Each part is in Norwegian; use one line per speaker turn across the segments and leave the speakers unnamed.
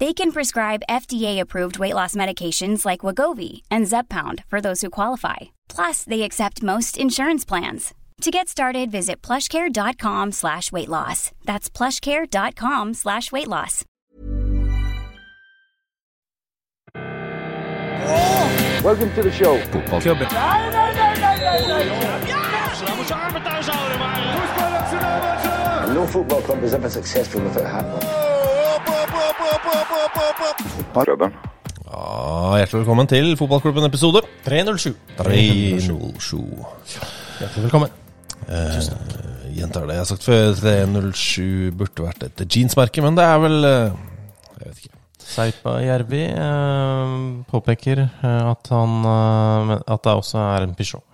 They can prescribe FDA-approved weight loss medications like Wagovi and Zepbound for those who qualify. Plus, they accept most insurance plans. To get started, visit plushcare.com slash weight loss. That's plushcare.com slash weight loss.
Welcome to the show.
Voetbalclub.
Amsterdam moet zijn armen thuis houden, maar...
No football club is ever successful without handball.
Ah, hjertelig velkommen til fotballklubben episode 307. 307. Hjertelig velkommen. Eh, gjentar det jeg har sagt før. 307 burde vært et jeansmerke, men det er vel eh, Jeg vet ikke.
Seipa Jervi eh, påpeker eh, at, han, eh, men- at det også er en Peugeot.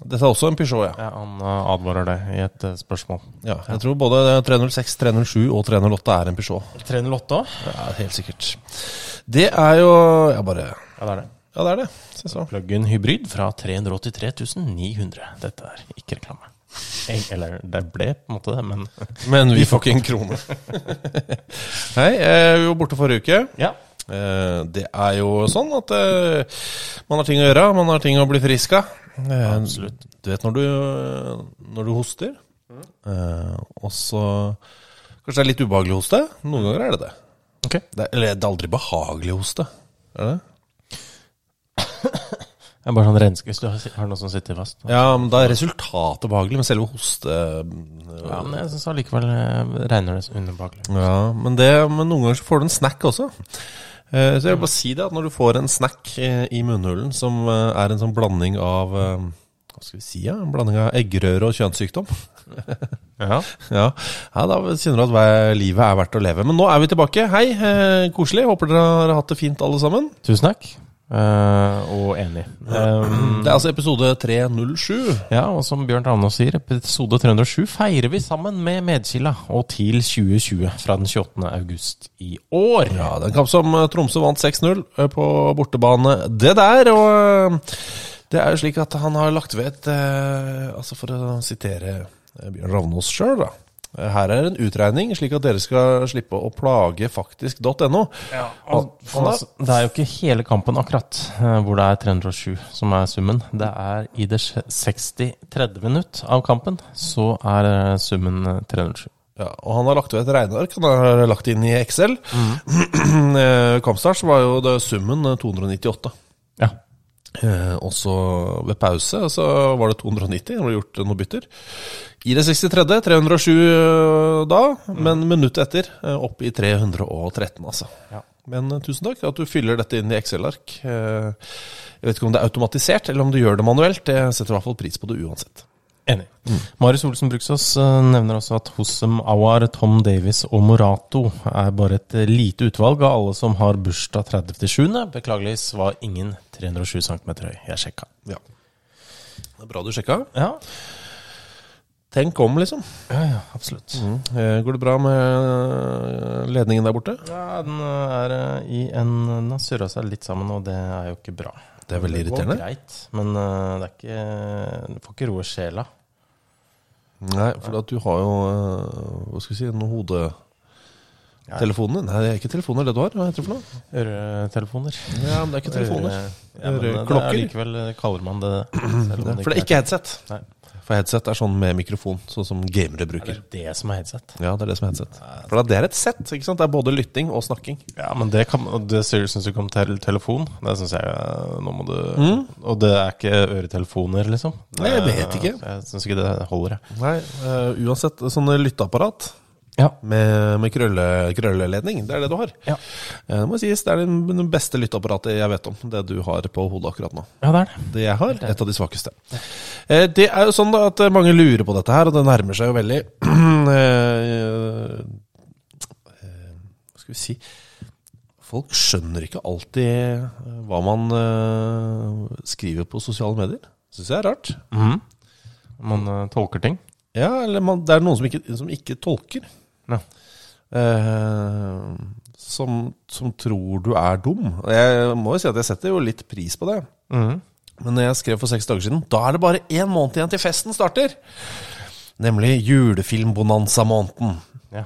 Dette er også en Peugeot, ja.
Ja, han eh, advarer det i et eh, spørsmål.
ja. Jeg tror både 306, 307 og 308 er en Peugeot.
308 òg?
Ja, helt sikkert. Det er jo Ja, bare
Ja, det er det.
Ja, det er det. Se så.
Plug-in hybrid fra 383 900. Dette er ikke reklame. Eng- Eller det ble på en måte det, men
Men vi får ikke en krone. Hei, eh, vi var borte forrige uke.
Ja.
Eh, Det er jo sånn at eh, man har ting å gjøre, man har ting å bli frisk av. Eh,
Absolutt.
Du vet når du, når du hoster, eh, og så Kanskje det er litt ubehagelig å hoste? Noen ganger er det det.
Ok.
det er, eller det er aldri behagelig å hoste. Er det?
Jeg bare sånn renske hvis du har har noe som sitter fast.
Ja, men da er resultatet behagelig, men selve hoste eh,
Ja, men jeg syns allikevel eh, regner det som underbakelig.
Ja, men, det, men noen ganger så får du en snack også. Eh, Så jeg vil bare si det at når du får en snack eh, i munnhulen som eh, er en sånn blanding av eh, Hva skal vi si, ja? En blanding av eggerøre og kjønnssykdom.
Ja.
ja. ja, da kjenner du at hver- livet er verdt å leve. Men nå er vi tilbake. Hei, eh, koselig. Håper dere har hatt det fint, alle sammen.
Tusen takk. Eh, og enig. Um,
Det er altså episode 307.
Ja, og som Bjørn Travnås sier, episode 307 feirer vi sammen med Medkilda og til 2020 fra den 28. august i år.
Ja, det er en kamp som eh, Tromsø vant 6-0 på bortebane. Det der, og eh, det er jo slik at han har lagt ved et eh, Altså for å sitere eh, Bjørn Ravnås sjøl, da. Eh, Her er en utregning, slik at dere skal slippe å plage faktisk.no.
Og,
Han-
altså, det er jo ikke hele kampen akkurat eh, hvor det er 307 som er summen. Det er i det sj- 60-30 minutt av kampen, så er eh, summen eh, 307.
Ja, og han har lagt ved et regneark han har lagt inn i Excel.
Mm.
Eh, Kampstart så var jo det summen eh, 298.
Ja.
Eh, og så ved pause så var det 290, han hadde gjort noen bytter. I det 63., 307 eh, da, men minuttet etter eh, opp i 313, altså.
Ja.
Men eh, tusen takk at du fyller dette inn i Excel-ark. Eh, jeg vet ikke om det er automatisert, eller om du gjør det manuelt. Jeg setter i hvert fall pris på det uansett.
Enig. Marius Olsen Bruksås eh, nevner også at Hossem Awar, Tom Davies og Morato er bare et eh, lite utvalg av alle som har bursdag 30.7. Beklageligvis var ingen 307 cm høy. Jeg sjekka.
Ja. Det er bra du sjekka.
Ja,
Tenk om, liksom.
ja, ja absolutt.
Eh, går det bra med ledningen der borte?
Ja, den eh, er eh, i en Den har surra seg litt sammen, og det er jo ikke bra.
Det er veldig
går
irriterende.
greit, men eh, det er ikke Du får ikke roe sjela.
Nei, for at du har jo eh, Hva skal vi si noen hode... Telefonene? Nei, det er ikke telefoner det du har. Hva heter det for noe?
Øretelefoner.
Ja, men det er ikke telefoner.
Øre- Ja, men, eh, det er
Klokker.
Likevel eh, kaller man det det. selv om
For det er ikke headset.
Nei.
For headset er sånn med mikrofon, sånn som gamere
Er
bruker.
det det som er headset?
Ja, det er det som er headset. For da, det er et sett, ikke sant? Det er både lytting og snakking.
Ja, men det, kan, og det sier du syns du kom til telefon. Det syns jeg eh, Nå må du Og det er ikke øretelefoner, liksom? Det,
Nei, jeg vet ikke.
Jeg syns ikke det holder, jeg.
Nei, eh, uansett, sånne eh, sånn lytteapparat
Ja.
med, med krølle, krølleledning. Det er det du har.
Ja.
Eh, Det må sies, det er den- den beste lytteapparatet jeg vet om, det du har på hodet akkurat nå.
Ja, det er det.
Det jeg har, et av de svakeste. Eh, Det er jo sånn da at eh, mange lurer på dette her, og det nærmer seg jo veldig Eh, eh, Hva skal vi si Folk skjønner ikke alltid eh, hva man eh, skriver på sosiale medier. Syns jeg er rart.
Man eh, tolker ting.
Ja, eller man, det er noen som ikke, som ikke tolker.
Ja.
eh, som, som tror du er dum. Og Jeg må jo si at jeg setter jo litt pris på det. Men når jeg skrev for seks dager siden, da er det bare én måned igjen til festen starter! Nemlig julefilmbonanza-måneden.
Ja.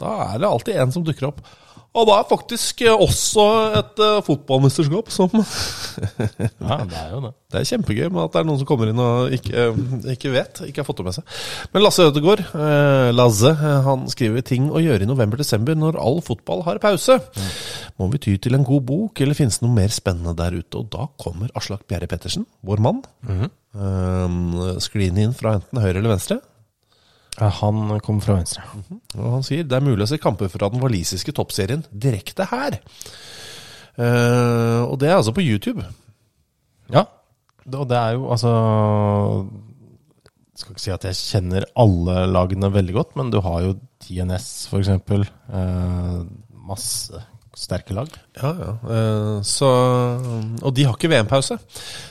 Da er det alltid en som dukker opp. Og da er faktisk eh, også et eh, fotballmesterskap som
ja, det er jo det.
det er kjempegøy men at det er noen som kommer inn og ikke, eh, ikke vet, ikke har fått det med seg. Men Lasse Ødegaard, eh, Lasse, eh, han skriver ting å gjøre i november-desember når all fotball har pause. Må vi ty til en god bok, eller finnes det noe mer spennende der ute? Og da kommer Aslak Bjerre Pettersen, vår mann, eh, skliende inn fra enten høyre eller venstre.
Ja, han kommer fra venstre.
Og han sier det er mulig å se kamper fra den walisiske toppserien direkte her. Eh, og det er altså på YouTube.
Ja. Det- Og det er jo altså Skal ikke si at jeg kjenner alle lagene veldig godt, men du har jo TNS, for eksempel. Eh, masse sterke lag.
Ja, ja. Eh, Så, og de har ikke VM-pause.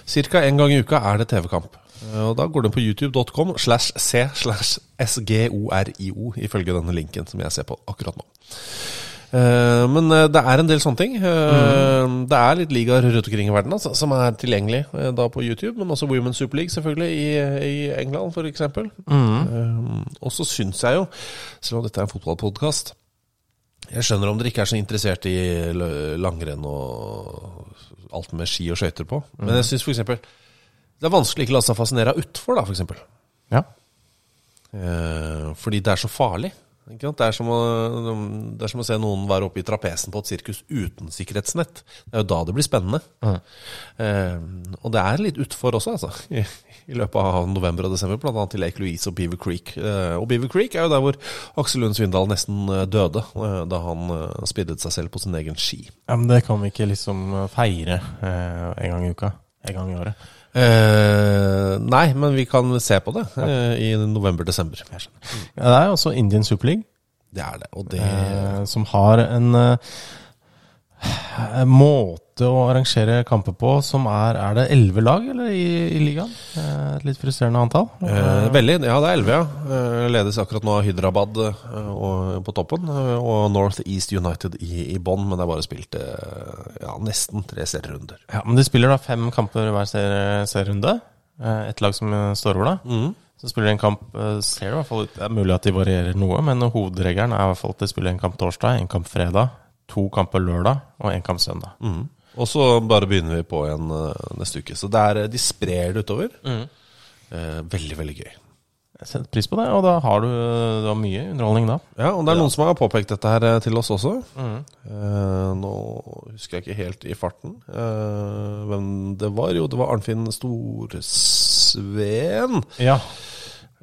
Cirka en gang i uka er det TV-kamp. Eh, Og da går det på youtube.com slash c slash sgorio, ifølge denne linken som jeg ser på akkurat nå. Eh, Men eh, det er en del sånne ting. Eh, Det er litt ligaer rundt omkring i verden altså, som er tilgjengelig eh, da på YouTube, men også Women's Super League selvfølgelig i, i England f.eks. Mm. Og så syns jeg jo, selv om dette er en fotballpodkast jeg skjønner om dere ikke er så interessert i lø- langrenn og alt med ski og skøyter på, men jeg syns f.eks. det er vanskelig ikke å la seg fascinere av utfor, da, f.eks. For
Ja.
eh, fordi det er så farlig. Ikke sant? Det, er som å, det er som å se noen være oppe i trapesen på et sirkus uten sikkerhetsnett. Det er jo da det blir spennende. Eh, og det er litt utfor også, altså. I, I løpet av november og desember, bl.a. til Lake Louise og Beaver Creek. Eh, og Beaver Creek er jo der hvor Aksel Lund Svindal nesten eh, døde eh, da han eh, spiddet seg selv på sin egen ski.
ja, men det kan vi ikke liksom feire eh, en gang i uka. En gang i året.
Eh, nei, men vi kan se på det eh, i november-desember.
Ja, det er også Indian Super League.
Det er det. Og det
eh, som har en eh, en måte å arrangere kamper på som er Er det elleve lag eller, i, i ligaen? Eh, Et litt frustrerende antall.
Eh, veldig. Ja, det er 11, ja. Eh, ledes akkurat nå av Hydrabad eh, og, på toppen. eh, og North East United i, i bånn, men det er bare spilt eh, ja, nesten tre serierunder.
Ja, men de spiller da fem kamper hver serie- serierunde. Eh, Ett lag som eh, står over da.
Mm.
Så spiller de en kamp eh, ser det i hvert fall ut, Det er mulig at de varierer noe, men hovedregelen er i hvert fall at de spiller en kamp torsdag, en kamp fredag, to kamper lørdag og en kamp søndag.
Mm. Og så bare begynner vi på igjen eh, neste uke. Så det er, eh, de sprer det utover. Eh, veldig, veldig gøy.
Jeg setter pris på det, og da har du, du har mye underholdning da.
Ja, og det er noen som har påpekt dette her eh, til oss også. Eh, nå husker jeg ikke helt i farten eh, hvem det var. Jo, det var Arnfinn Storsveen.
Ja.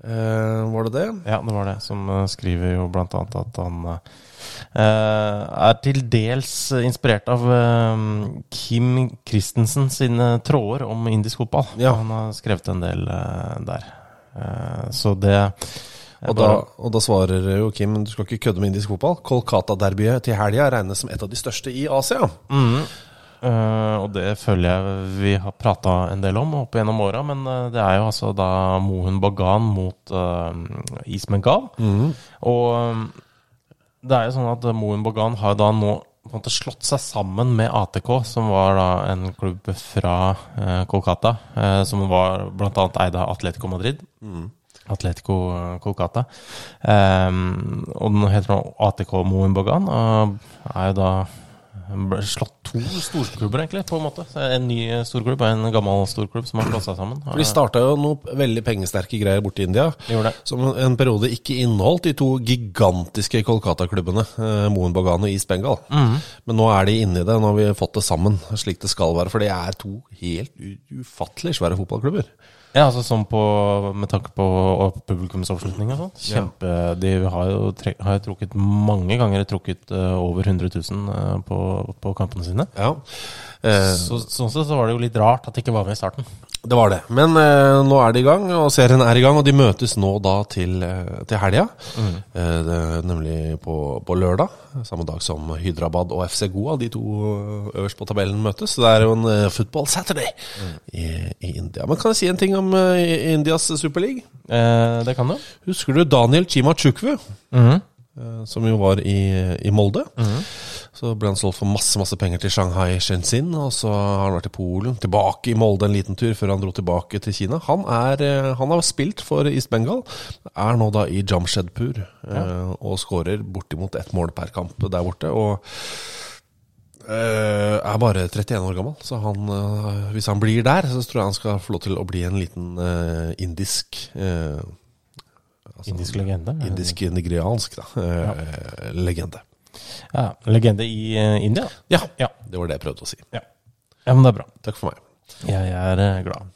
Eh, var det det?
det var det, som eh, skriver jo blant annet at han eh, er til dels inspirert av eh, Kim Christensen sine tråder om indisk fotball.
Ja.
Han har skrevet en del eh, der. Eh, så det eh,
Og da, og da svarer jo Kim du skal ikke kødde med indisk fotball. Kolkata-derbyet til helga regnes som et av de største i Asia.
Eh, og det føler jeg vi har prata en del om opp gjennom åra, men eh, det er jo altså da Mohun Bagan mot uh, Ismen Gav.
Mhm.
Og eh, det er jo sånn at Mohun Bagan har da nå på en måte slått seg sammen med ATK, som var da en klubb fra eh, Kolkata, eh, som var bl.a. eid av Atletico Madrid.
Mm.
Atletico eh, Kolkata. Ehm, og den heter nå ATK Mohun Bagan, og er jo da ble slått to storklubber, egentlig, på en måte. Så En ny eh, storklubb og en gammel storklubb som har slått seg sammen.
For De starta jo noe veldig pengesterke greier borte i India.
De gjorde det.
Som en periode ikke inneholdt de to gigantiske Kolkata-klubbene, eh, Moen Bagan og East Bengal.
Mhm.
Men nå er de inne i det, nå har vi fått det sammen slik det skal være. For det er to helt u- ufattelig svære fotballklubber.
Ja, altså sånn på, med tanke på og publikumsoppslutning og sånt. Kjempe, De har jo tre, har jo trukket mange ganger trukket eh, over 100 000 eh, på, på kampene sine.
Ja. Eh,
Så, sånn sett så var det jo litt rart at de ikke var med i starten.
det var det. Men eh, nå er de i gang, og serien er i gang. Og de møtes nå da til, eh, til helga. Eh, det, er nemlig på, på lørdag. Samme dag som Hydrabad og FC Goa, de to eh, øverst på tabellen, møtes. Så det er jo en eh, football Saturday i, i India. Men kan jeg si en ting om eh, Indias superleague?
Eh, det kan du.
Husker du Daniel Chima Chukwu?
Mhm.
Eh, Som jo var i, i Molde. Så ble han solgt for masse masse penger til Shanghai Shenzhen. Og så har han vært i Polen, tilbake i Molde en liten tur før han dro tilbake til Kina. Han, er, eh, han har spilt for East Bengal, er nå da i Jamshedpur eh, og skårer bortimot ett mål per kamp der borte. Og Eh, er bare 31 år gammel, så han, eh, hvis han blir der, så tror jeg han skal få lov til å bli en liten eh, indisk eh, altså,
Indisk legende.
Indisk-nigeriansk da, eh, legende.
Ja, legende i eh, India.
Ja,
Ja.
det var det jeg prøvde å si.
ja. Ja, men det er bra.
Takk for meg.
Jeg er eh, glad.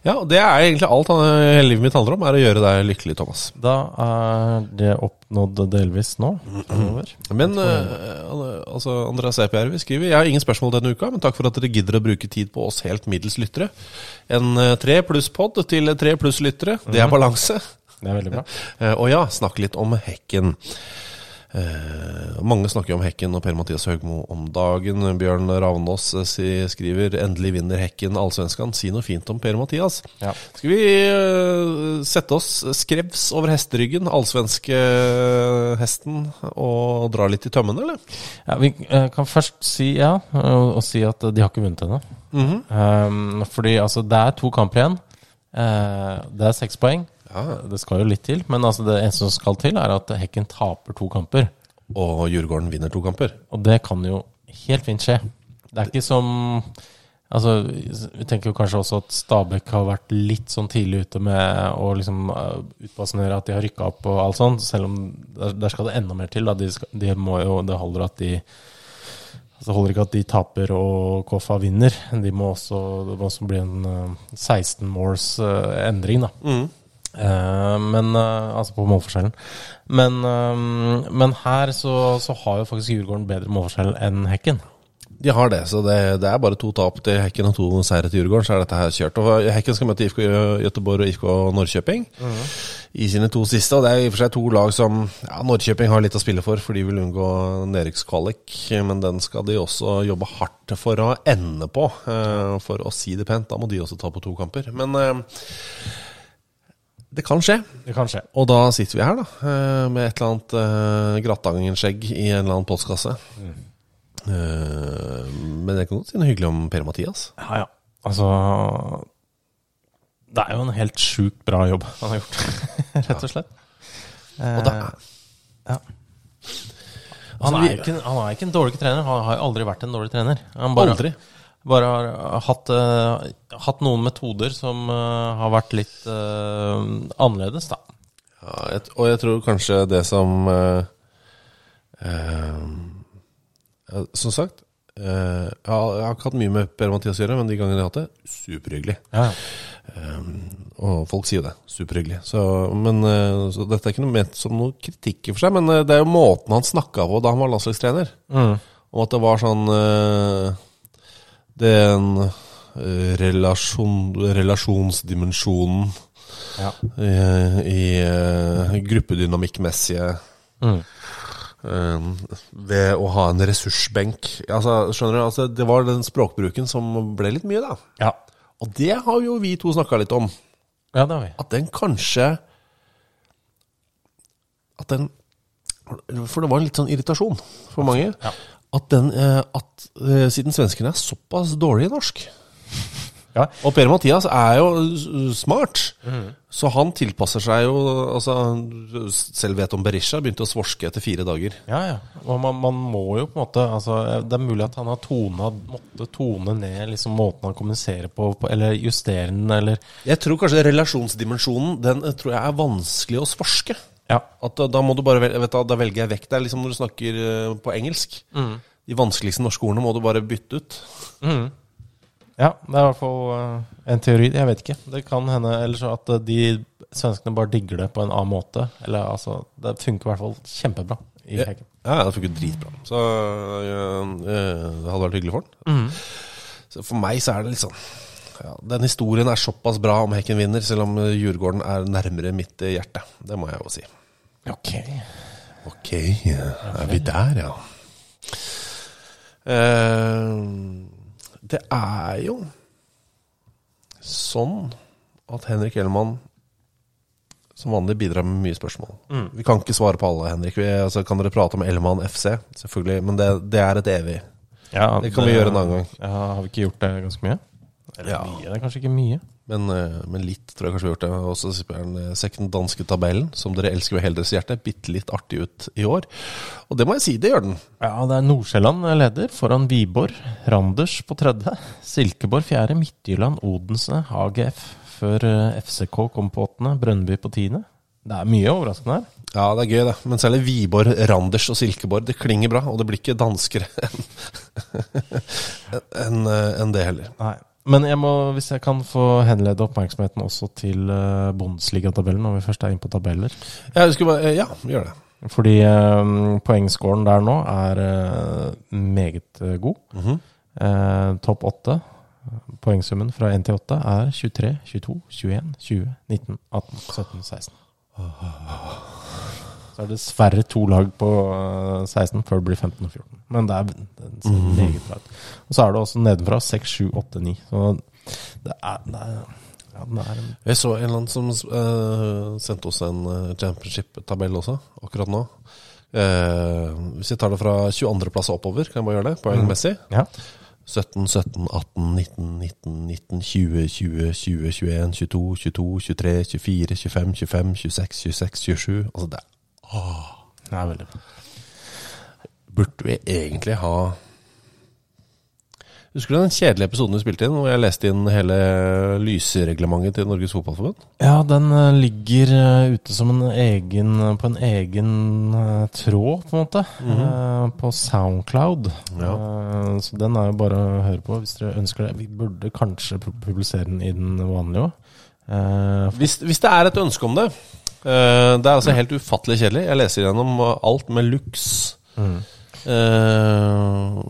Ja, og Det er egentlig alt han, eh, hele livet mitt handler om, er å gjøre deg lykkelig, Thomas.
Da er det oppnådd delvis nå. Over.
Men eh, alle- altså, Andreas Epjärvi skriver Jeg har ingen spørsmål denne uka, men takk for at dere gidder å bruke tid på oss helt middels lyttere. En eh, tre pluss pod til tre pluss lyttere, det er balanse.
Det er veldig bra.
Eh, Og ja, snakke litt om hekken. Eh, mange snakker jo om hekken og Per-Mathias Høgmo om dagen. Bjørn Ravnås eh, si- skriver 'Endelig vinner hekken allsvenskan'. Si noe fint om Per-Mathias.
Ja.
Skal vi eh, sette oss skrevs over hesteryggen, allsvenske eh, hesten, og dra litt i tømmene, eller?
Ja, vi eh, kan først si ja, og, og si at eh, de har ikke vunnet ennå. um, fordi altså, det er to kamper igjen. Eh, det er seks poeng. Det skal jo litt til. Men altså, det eneste som skal til, er at Hekken taper to kamper.
Og Djurgården vinner to kamper.
Og det kan jo helt fint skje. Det er ikke som Altså, Vi tenker jo kanskje også at Stabæk har vært litt sånn tidlig ute med å liksom eh, utbasunere at de har rykka opp og alt sånt, selv om der, der skal det enda mer til. da, de skal, de må jo, Det holder at de altså holder ikke at de taper og KFA vinner. De må også, det må også bli en eh, 16 måls eh, endring, da. Eh, men eh, Altså på målforskjellen. Men, eh, men her så, så har jo faktisk Djurgården bedre målforskjell enn Hekken.
De har det, så det, det er bare to tap til Hekken og to seire til Djurgården, så er dette her kjørt. Og Hekken skal møte IFK Gøteborg og IFK Norrköping i sine to siste. Og det er i og for seg to lag som ja, Norrköping har litt å spille for, for de vil unngå nedrykkskvalik. Men den skal de også jobbe hardt for å ende på, eh, for å si det pent. Da må de også ta på to kamper. Men eh, det kan skje.
Det kan skje.
Og da sitter vi her, da, eh, med et eller annet eh, Gratangen-skjegg i en eller annen postkasse. Eh, Men det kan godt si noe hyggelig om Per-Mathias.
Ja, ja. Altså Det er jo en helt sjukt bra jobb han har gjort, rett og slett.
Og da-
Ja. Han
Altså,
er,
vi-
jo ikke, en- han er ikke en dårlig trener. Han har jo aldri vært en dårlig trener. Han bare,
Aldri.
bare har hatt, eh, hatt noen metoder som eh, har vært litt eh, annerledes, da.
Ja, jeg, t- og jeg tror kanskje det som eh, eh, ja, Som sagt, eh, jeg, har, jeg har ikke hatt mye med Per-Mathias å gjøre, men de gangene jeg har hatt det, superhyggelig.
Ja.
Og folk sier jo det. Superhyggelig. Så, men, eh, så dette er ikke noe ment som noe kritikk i og for seg, men eh, det er jo måten han snakka på da han var landslagstrener. Om at det var sånn eh, Det er en eh, relasjon, relasjonsdimensjonen
Ja.
eh, i eh, gruppedynamikkmessige eh, Ved å ha en ressursbenk. Altså, skjønner du? Altså, det var den språkbruken som ble litt mye, da.
Ja.
Og det har jo vi to snakka litt om
ja, det har vi.
at den kanskje At den For det var en litt sånn irritasjon for mange.
Ja.
At, den, eh, at eh, siden svenskene er såpass dårlige i norsk
Ja.
Og Per-Mathias er jo eh, smart, så han tilpasser seg jo altså, Selv vet om Berisha begynte å svorske etter fire dager.
Ja, ja. Og man, man må jo på en måte altså, Det er mulig at han har tona, måtte tone ned liksom, måten han kommuniserer på, på, eller justere den, eller
Jeg tror kanskje relasjonsdimensjonen Den eh, tror jeg er vanskelig å svorske.
Ja.
At da, da må du bare vel, vet du, hva, Da velger jeg vekk deg, liksom når du snakker eh, på engelsk. De vanskeligste norske ordene må du bare bytte ut.
Ja, det er i hvert fall eh, en teori. Jeg vet ikke. Det kan hende ellers at eh, de svenskene bare digger det på en annen måte. Eller altså, det funker i hvert fall kjempebra i
Ja.
Hekken.
Ja, ja, det funket dritbra. Så øh, øh, det hadde vært hyggelig for den.
Mhm.
Så for meg så er det litt sånn ja, Den historien er såpass bra om Hekken vinner, selv om øh, Djurgården er nærmere mitt øh, hjerte. Det må jeg jo si.
Ok.
Ok, er vi der, ja. Eh, det er jo sånn at Henrik Ellemann som vanlig bidrar med mye spørsmål. Vi kan ikke svare på alle, Henrik. Vi, altså, kan dere prate om Ellemann FC? Selvfølgelig. Men det, det er et evig.
Ja,
Det kan vi gjøre en annen gang.
Ja, har vi ikke gjort det ganske mye? Eller
Ja.
mye, det er kanskje ikke mye.
Men, eh, men litt tror jeg kanskje vi har gjort det. Og så spør han eh, ser ikke den danske tabellen, som dere elsker med hele deres hjerte, bitte litt artig ut i år. Og det må jeg si, det gjør den.
Ja, det er Nordsjælland eh, leder foran Viborg, Randers på tredje, Silkeborg fjerde, Midtjylland, Odense, AGF før eh, FCK kom på åttende, Brønnby på tiende. Det er mye overraskende her.
Ja, det er gøy, det. Men særlig Viborg, Randers og Silkeborg. Det klinger bra, og det blir ikke danskere enn enn, eh, enn det heller.
Nei. Men jeg må, hvis jeg kan få henlede oppmerksomheten også til eh, Bundesliga-tabellen, når vi først er inne på tabeller.
Jeg husker bare, eh, ja, vi gjør det.
Fordi eh, poengscoren der nå er eh, meget eh, god. Eh, Topp åtte. Poengsummen fra 1 til 8 er 23, 22, 21, 20, 19, 18, 17, 16. Så er det dessverre to lag på eh, 16 før det blir 15 og 14. Men det er det ser meget bra ut. Og så er det også nedenfra 6, 7, 8, 9. Så det er, det er, ja, den er en
Jeg så en eller annen som eh, sendte oss en eh, championship-tabell også, akkurat nå. Eh, hvis jeg tar det fra 22.-plass og oppover, kan jeg bare gjøre det, poengmessig.
Ja.
17, 17, 18, 19, 19, 19, 20, 20, 20, 21, 22, 22, 23, 24, 25, 25, 26, 26, 27. Altså, det er
Den er veldig bra.
burde vi egentlig ha Husker du den kjedelige episoden vi spilte inn, hvor jeg leste inn hele lysereglementet til Norges Fotballforbund?
Ja, den eh, ligger eh, ute som en egen, på en egen eh, tråd, på en måte. eh, På Soundcloud.
Ja.
Eh, Så den er jo bare å høre på hvis dere ønsker det. Vi burde kanskje pu- publisere den i den vanlige Eh, òg.
Hvis, hvis det er et ønske om det. Eh, det er altså helt ufattelig kjedelig. Jeg leser gjennom alt med luks.
Mm.
Eh,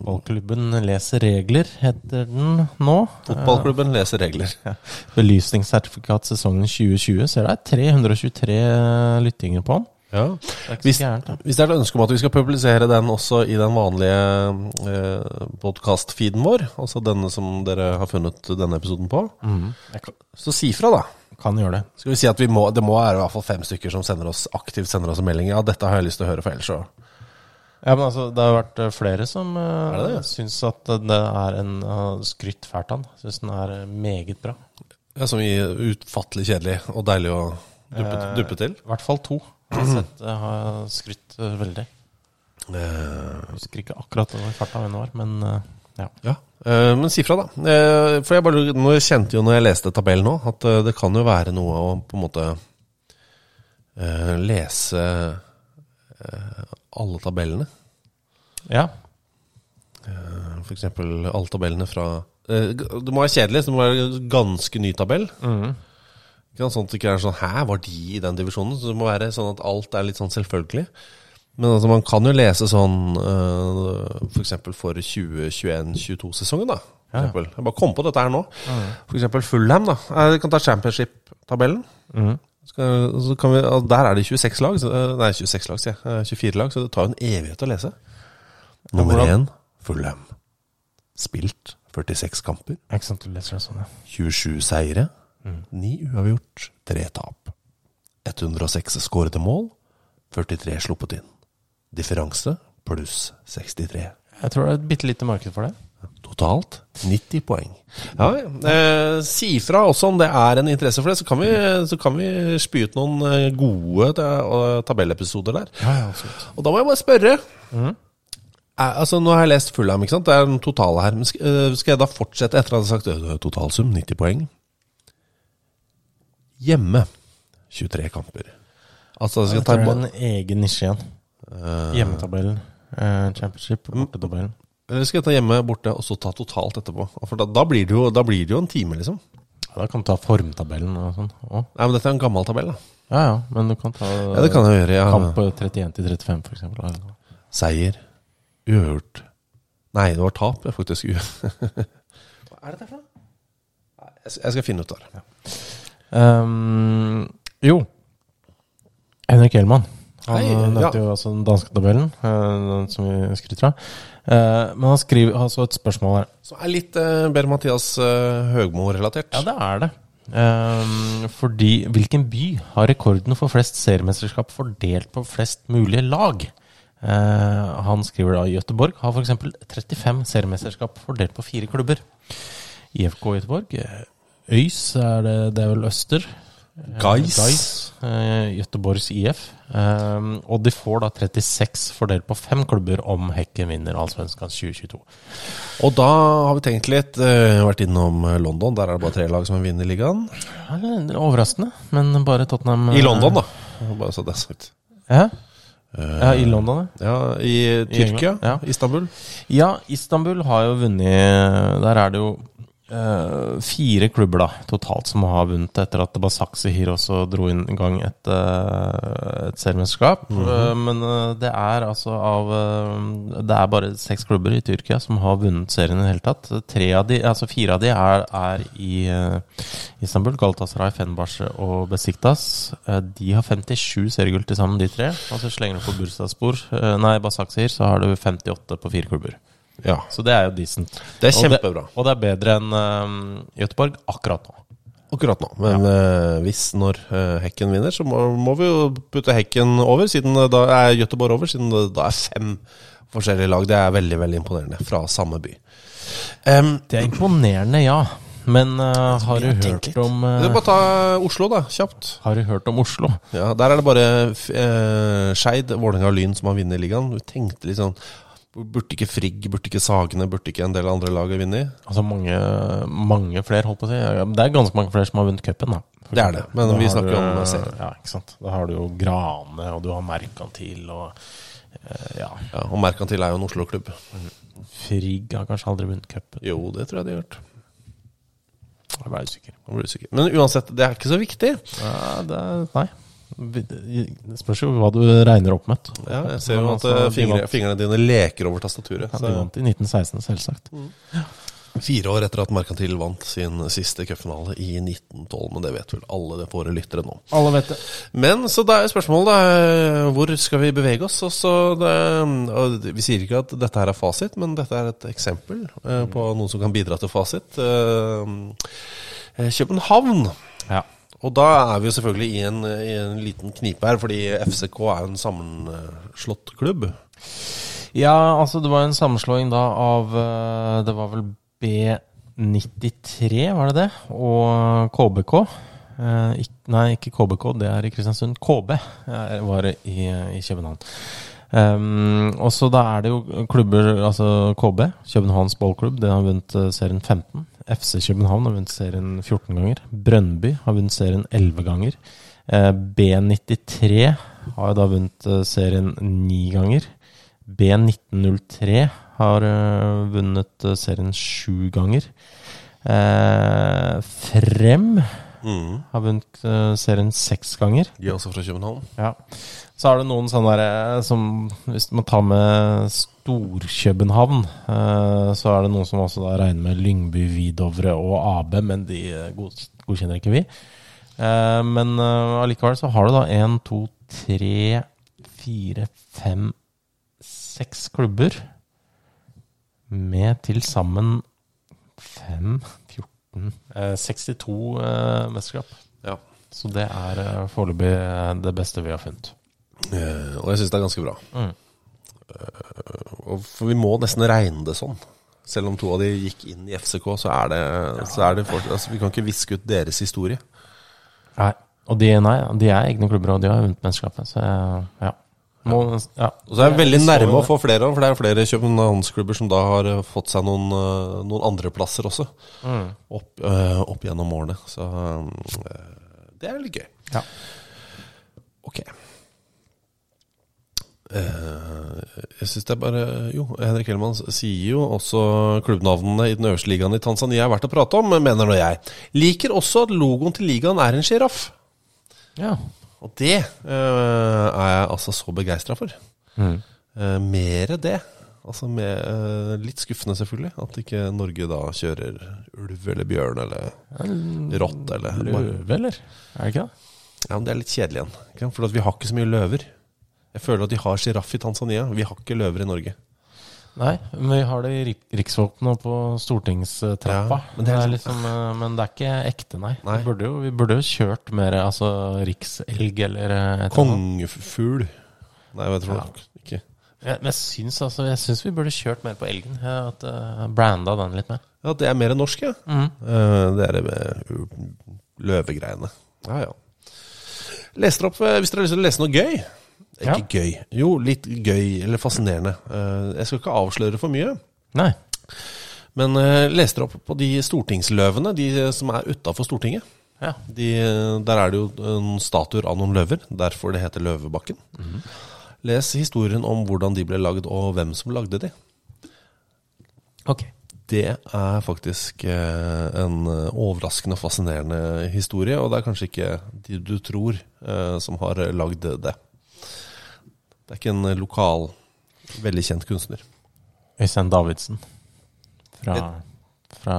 Fotballklubben leser regler, heter den nå.
fotballklubben leser regler.
Eh, Belysningssertifikat sesongen 2020. Ser det er 323 eh, lyttinger på den.
Ja.
Det er ikke
Hvis,
så gærent, da.
hvis det er et ønske om at vi skal publisere den også i den vanlige eh, podkast-feeden vår, altså denne som dere har funnet denne episoden på,
Jeg kan,
så si fra, da.
kan gjøre det.
Skal vi si at vi må, Det må være i hvert fall fem stykker som sender oss aktivt sender oss en melding. Ja, dette har jeg lyst til å høre, for ellers så
Ja, men altså, Det har vært eh, flere som
Er det
uh,
det?
syns at eh, det er en uh, skrytt fælt han. Syns den er eh, meget bra.
Ja, Som i utfattelig kjedelig og deilig å duppe,
Eh,
duppe til.
I hvert fall to. Jeg har sett eh, har skrytt eh, veldig.
Eh,
Jeg husker ikke akkurat hva farta hun var, men eh, ja.
ja. Eh, men si fra, da. Eh, for jeg bare, nå kjente jo når jeg leste tabellen nå, at eh, det kan jo være noe å på en måte eh, lese eh, alle tabellene.
ja.
F.eks. alle tabellene fra eh, g- Det må være kjedelig, så det må være en ganske ny tabell.
Mm.
Ikke sant, Sånn at det ikke er sånn Hæ, var de i den divisjonen? Så det må være sånn at alt er litt sånn selvfølgelig. Men altså, man kan jo lese sånn eh, for f.eks. for 2021-22-sesongen, da. For
Ja.
eksempel. Jeg bare kom på dette her nå. For F.eks. Fullham, da. Eh, Vi kan ta championship-tabellen.
Mm.
Skal- Så kan vi, altså, der er det 26 lag. så- eh, Nei, 26 lag, sier jeg. Eh, 24 lag, så det tar jo en evighet å lese. Nummer
hvordan-
én, Fullham. Spilt 46 kamper,
Ikke sant, du leser det sånn, ja.
27 seire, 9 uavgjort, 3 tap. 106 skårede mål, 43 sluppet inn. Differanse pluss 63.
Jeg tror det er et bitte lite marked for det.
Totalt 90 poeng. Ja, eh, si fra også om det er en interesse for det, så kan vi, så kan vi spy ut noen eh, gode eh, tabellepisoder der.
Ja, ja, absolutt. Mhm.
Og da må jeg bare spørre. Er, altså, nå har jeg lest Fulham, ikke sant? Det er den totale her. Men skal, øh, skal jeg da fortsette etter at jeg har sagt øh, totalsum, 90 poeng? Hjemme 23 kamper. Altså, skal
Jeg
jeg ta
tar
en,
en egen nisje igjen. Hjemmetabellen. eh, championship, eh, bortetabellen.
Eller skal jeg ta hjemme, borte, og så ta totalt etterpå? For da, da, blir det jo, da blir det jo en time, liksom.
Ja, da kan du ta formtabellen og sånn. Å,
Nei, men dette er en gammel tabell, da.
Ja, ja, men du kan ta
Ja, det kan jeg gjøre. Ja.
kamp på 31 til 35, for eksempel. eller noe.
Seier. Uavgjort. Nei, det var tap, jeg faktisk. Hva er dette for noe? Nei, Jeg skal- jeg skal finne ut av det.
Ehm, jo. Henrik Hjelmann. Han
Hei,
eh, nevnte
ja.
jo altså den danske tabellen, eh, den som vi skryter av. Eh, men han skriver altså et spørsmål her.
Som er litt eh, Ber-Mathias eh, Høgmo-relatert.
Ja, det er det. Ehm, fordi hvilken by har rekorden for flest seriemesterskap fordelt på flest mulige lag? Eh, han skriver da Gøteborg har f.eks. 35 seriemesterskap fordelt på fire klubber. IFK Gøteborg. eh, Øys er det, det er vel Øster. eh,
Gais.
Gais, eh, Gøteborgs IF. Ehm, og de får da 36 fordelt på fem klubber om Hekken vinner Allsvenskan 2022.
Og da har vi tenkt litt, eh, vært innom eh, London, der er det bare tre lag som vinner ligaen.
Ja, det er overraskende, men bare Tottenham eh,
I London, da. Bare så det er sagt.
Ja,
Eh,
ja i London, ja.
Ja, i Tyrkia.
England, ja.
Istanbul.
Ja, Istanbul har jo vunnet Der er det jo eh, fire klubber da, totalt som har vunnet etter at Basakzehir også dro inn i gang et, uh, et seriemesterskap. Eh, men eh, det er altså av eh, Det er bare seks klubber i Tyrkia som har vunnet serien i det hele tatt. Tre av de, altså Fire av de er, er i eh, Istanbul. Galatasaray, Fenerbahçe og Besiktas. Eh, de har 57 seriegull til sammen, de tre. Og så slenger du på Bursaspor, eh, nei, Basakzehir, så har du 58 på fire klubber.
Ja.
Så det er jo decent.
Det er
Og
kjempebra.
Og det er bedre enn um, Göteborg akkurat nå.
Akkurat nå. Men eh, hvis når eh, Hekken vinner, så må, må vi jo putte Hekken over, siden eh, da er Gøteborg over, siden det da er fem forskjellige lag. Det er veldig veldig imponerende fra samme by. Em,
Det er imponerende, ja. Men uh, har,
jeg har
du
tenkt litt.
hørt om,
vi
uh,
skal bare ta Oslo, da, kjapt.
har du hørt om Oslo?
Ja, Der er det bare f- eh, Skeid, Vålerenga og Lyn som har vunnet ligaen. Vi tenkte litt sånn Burde ikke Frigg, burde ikke Sagene, burde ikke en del andre lag ha vunnet?
Altså mange, mange flere, holdt på å si. Ja, Det er ganske mange flere som har vunnet cupen, da. For
Det er det,
eksempel.
men
Da
vi
har
snakker
du-
om serien.
Ja, ikke sant. Da har du jo Grane, og du har Merkantil, og eh, ja
Ja, og Merkantil er jo en Oslo-klubb.
Frigg har kanskje aldri vunnet cupen.
Jo, det tror jeg de har gjort.
Jeg ble usikker.
Nå blir jeg usikker. Men uansett, det er ikke så viktig.
Ja, det er, nei. Det spørs jo hva du regner opp med.
Ja, jeg ser jo
Men
at
altså,
eh,
de
fingre,
vant-
fingrene dine leker over tastaturet.
Ja, de
Så
vant i 1916, selvsagt.
fire år etter at Merkantil vant sin siste cupfinale i 1912, men det vet vel alle det våre lyttere nå.
Alle vet det.
Men så da er spørsmålet, da. Hvor skal vi bevege oss? Og så det, og vi sier ikke at dette her er fasit, men dette er et eksempel eh, på noen som kan bidra til fasit. Eh, eh, København.
Ja.
Og da er vi jo selvfølgelig i en, i en liten knipe her, fordi FCK er jo en sammenslått klubb.
ja, altså det var en sammenslåing da av eh, Det var vel B93, var det det? Og KBK. Eh, ikk- nei, ikke KBK, det er i Kristiansund. KB er- var det i, eh, i København. Ehm, og så da er det jo klubber, altså KB, Københavns ballklubb, den har vunnet eh, serien 15. FC København har vunnet serien 14 ganger. Brøndby har vunnet serien 11 ganger. Eh, B93 har jo da vunnet eh, serien 9 ganger. B1903 har eh, vunnet eh, serien 7 ganger. Eh, Frem har vunnet eh, serien 6 ganger.
De er også fra København.
Ja. Så er det noen sånne derre som Hvis man tar med Storkjøbenhavn, eh, så er det noen som også da regner med Lyngby, Vidovre og AB, men de eh, god- godkjenner ikke vi. Eh, Men eh, allikevel så har du da én, to, tre, fire, fem, seks klubber med til sammen fem, 14 eh, 62 eh, mesterskap.
Ja.
Så det er eh, foreløpig eh, det beste vi har funnet.
Eh, og jeg syns det er ganske bra.
Mm.
Eh, og for vi må nesten regne det sånn. Selv om to av de gikk inn i FCK, så er det, så er det folk, altså, Vi kan ikke viske ut deres historie.
Nei. Og de, nei, de er egne klubber, og de har vunnet mesterskapet, så eh, ja. Må, ja.
Og så er jeg veldig
så
nærme
jo
å få flere av, for det er flere københavnsklubber som da har eh, fått seg noen, eh, noen andreplasser også.
Mm.
Opp, eh, opp gjennom årene. Så eh, det er litt gøy.
Ja.
Ok. Eh, Jeg synes det er bare Jo, Henrik Hellmann sier jo også klubbnavnene i den øverste ligaen i Tanzania er verdt å prate om, mener nå jeg. Liker også at logoen til ligaen er en sjiraff.
Ja.
Og det eh, er jeg altså så begeistra for. Eh, Mere det. Altså med, eh, Litt skuffende, selvfølgelig, at ikke Norge da kjører ulv eller bjørn eller rått eller
Mm,
bare-
Løve, eller? Er det ikke det?
Ja, men Det er litt kjedelig igjen. ikke sant? For at vi har ikke så mye løver. Jeg føler at de har sjiraff i Tanzania. Vi har ikke løver i Norge.
Nei, men vi har det i rik- riksvåpenet på stortingstrappa.
Ja, men det
men, det
er
er
sånn-
liksom, eh, men det er ikke ekte, nei.
Nei.
Vi, burde jo, vi burde jo kjørt mer altså, rikselg eller eh, et eller annet.
Kongefugl. Nei, jeg tror
Ja.
nok ikke.
Ja, men jeg syns, altså, jeg syns vi burde kjørt mer på elgen. Ja, at eh, Branda den litt mer.
Ja, det er mer enn norsk, ja. Eh, det er det med u- løvegreiene. Ja, ja. Les dere opp eh, hvis dere har lyst til å lese noe gøy. Ikke gøy. Jo, litt gøy eller fascinerende. Eh, jeg skal ikke avsløre for mye.
Nei.
Men eh, les dere opp på de stortingsløvene, de eh, som er utafor Stortinget.
Ja.
De, eh, der er det jo noen statuer av noen løver, derfor det heter Løvebakken. Les historien om hvordan de ble lagd, og hvem som lagde de.
Ok.
Det er faktisk eh, en eh, overraskende og fascinerende historie, og det er kanskje ikke de du tror eh, som har eh, lagd det. Det er ikke en eh, lokal, veldig kjent kunstner.
Øystein Davidsen fra, fra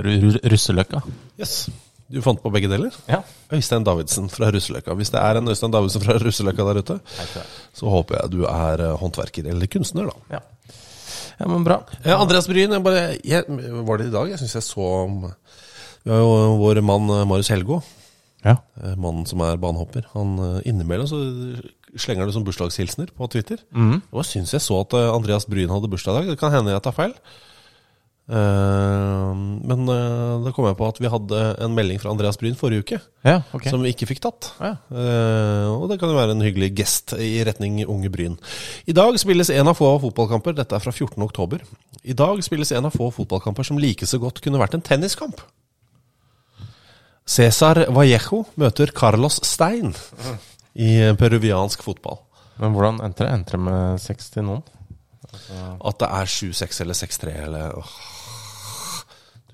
Ru- Ru- Russeløkka.
Yes. Du fant på begge deler?
Ja.
Øystein Davidsen fra Russeløkka. Hvis det er en Øystein Davidsen fra Russeløkka der ute, så håper jeg du er eh, håndverker eller kunstner, da.
ja. Ja, men bra.
Ja, Andreas Bryn, jeg bare, jeg, var det i dag? Jeg syns jeg så Vi har jo vår mann eh, Marius Helgå.
Ja.
Eh, mannen som er banehopper, han eh, innimellom så slenger han det som bursdagshilsener på Twitter. Og jeg syns jeg så at eh, Andreas Bryn hadde bursdag i dag. Det kan hende jeg tar feil. Eh, men eh, da kom jeg på at vi hadde en melding fra Andreas Bryn forrige uke
Ja, ok.
som vi ikke fikk tatt.
Ja.
Eh, og det kan jo være en hyggelig gest i retning Unge Bryn. I dag spilles en av få fotballkamper. Dette er fra 14. oktober. I dag spilles en av få fotballkamper som like så godt kunne vært en tenniskamp. César Vallejo møter Carlos Stein i peruviansk fotball.
Men hvordan endte det? Endte det med seks til noen?
At det er 7-6 eller 6-3 eller åh.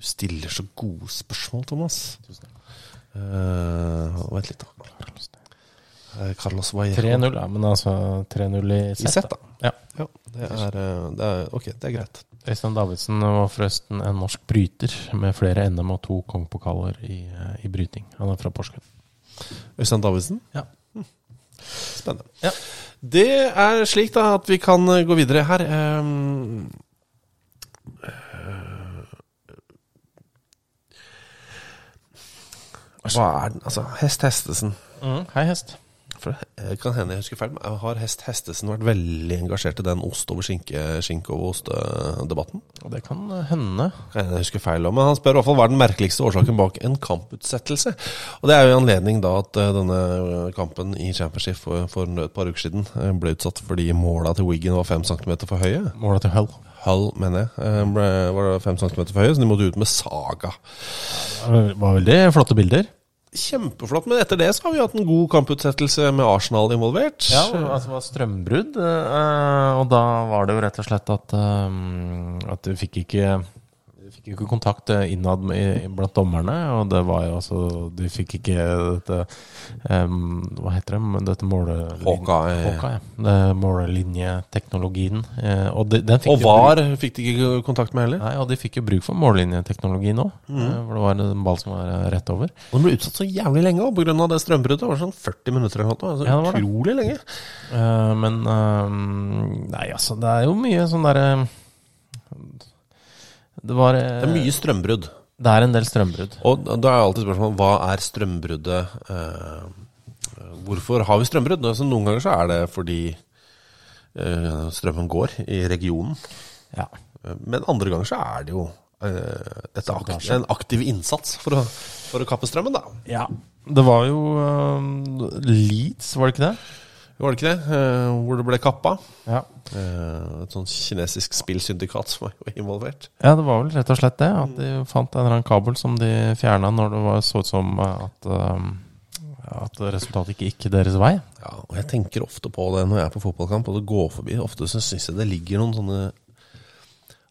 Du stiller så gode spørsmål, Thomas.
Tusen takk.
Eh, vent litt, da. Eh, Carlos Vallejo.
3-0, ja, men altså 3-0 i sett.
I sett, da.
Ja.
Ja, det er, eh, det er Ok, det er greit.
Øystein Davidsen var forresten en norsk bryter med flere NM og to kongpokaler i, eh, i bryting. Han er fra Porsgrunn.
Øystein Davidsen, Hm.
Ja.
spennende.
Ja.
Det er slik da at vi kan eh, gå videre her. Ehm, eh, Hva er den Altså, Hest Hestesen.
Mm, Hei, hest.
For det Eh, kan hende jeg husker feil, men har Hest Hestesen vært veldig engasjert i den ost over skinke, skinke over ost-debatten?
Og det kan hende.
Kan hende jeg husker feil også, men Han spør i hvert fall hva er den merkeligste årsaken bak en kamputsettelse. Og Det er jo i anledning da at eh, denne eh, kampen i Championship for, for et par uker siden eh, ble utsatt fordi måla til Wiggen var 5 cm for høye.
Måla til Hull.
Hull, mener jeg, eh, ble, var 5 cm for høye, så de måtte ut med saga.
Det var veldig flotte bilder.
Kjempeflott, men etter det så har vi hatt en god kamputsettelse med Arsenal involvert.
Ja, altså det var strømbrudd, eh, og da var det jo rett og slett at, eh, at du fikk ikke du fikk jo ikke kontakt eh, innad med- i- blant dommerne, og det var jo altså Du fikk ikke dette eh, Hva heter det? men Dette måle...
Hawkeye.
Hawkeye, ja. Det Målelinjeteknologien. eh, Og, de, den fikk
Og
de jo bruk-
VAR fikk de ikke kontakt med heller.
Nei, og de fikk jo bruk for målelinjeteknologien òg,
Mm.
hvor det var en ball som var eh, rett over.
Og de ble utsatt så jævlig lenge også, på grunn av det strømbruddet. Det var sånn 40 minutter eller noe. Altså,
Ja, det var det.
utrolig lenge.
Eh, men eh, Nei, altså, det er jo mye sånn derre Det var eh,
Det er mye strømbrudd.
det er en del strømbrudd.
Og da er alltid spørsmålet hva er strømbruddet? Eh, hvorfor har vi strømbrudd? Altså, noen ganger så er det fordi eh, strømmen går i regionen.
Ja.
Eh, Men andre ganger så er det jo eh, et ak en aktiv innsats for å, for å kappe strømmen, da.
Det var jo eh, Leeds, var det ikke det?
Var det ikke det? Eh, hvor det ble kappa.
Ja.
Eh, et sånt kinesisk spillsyndikat som var involvert.
ja, det var vel rett og slett det. At de fant en eller annen kabel som de fjerna når det var, så ut som eh, at eh, at resultatet ikke gikk deres vei.
Ja, og jeg tenker ofte på det når jeg er på fotballkamp og det går forbi. Ofte så syns jeg det ligger noen sånne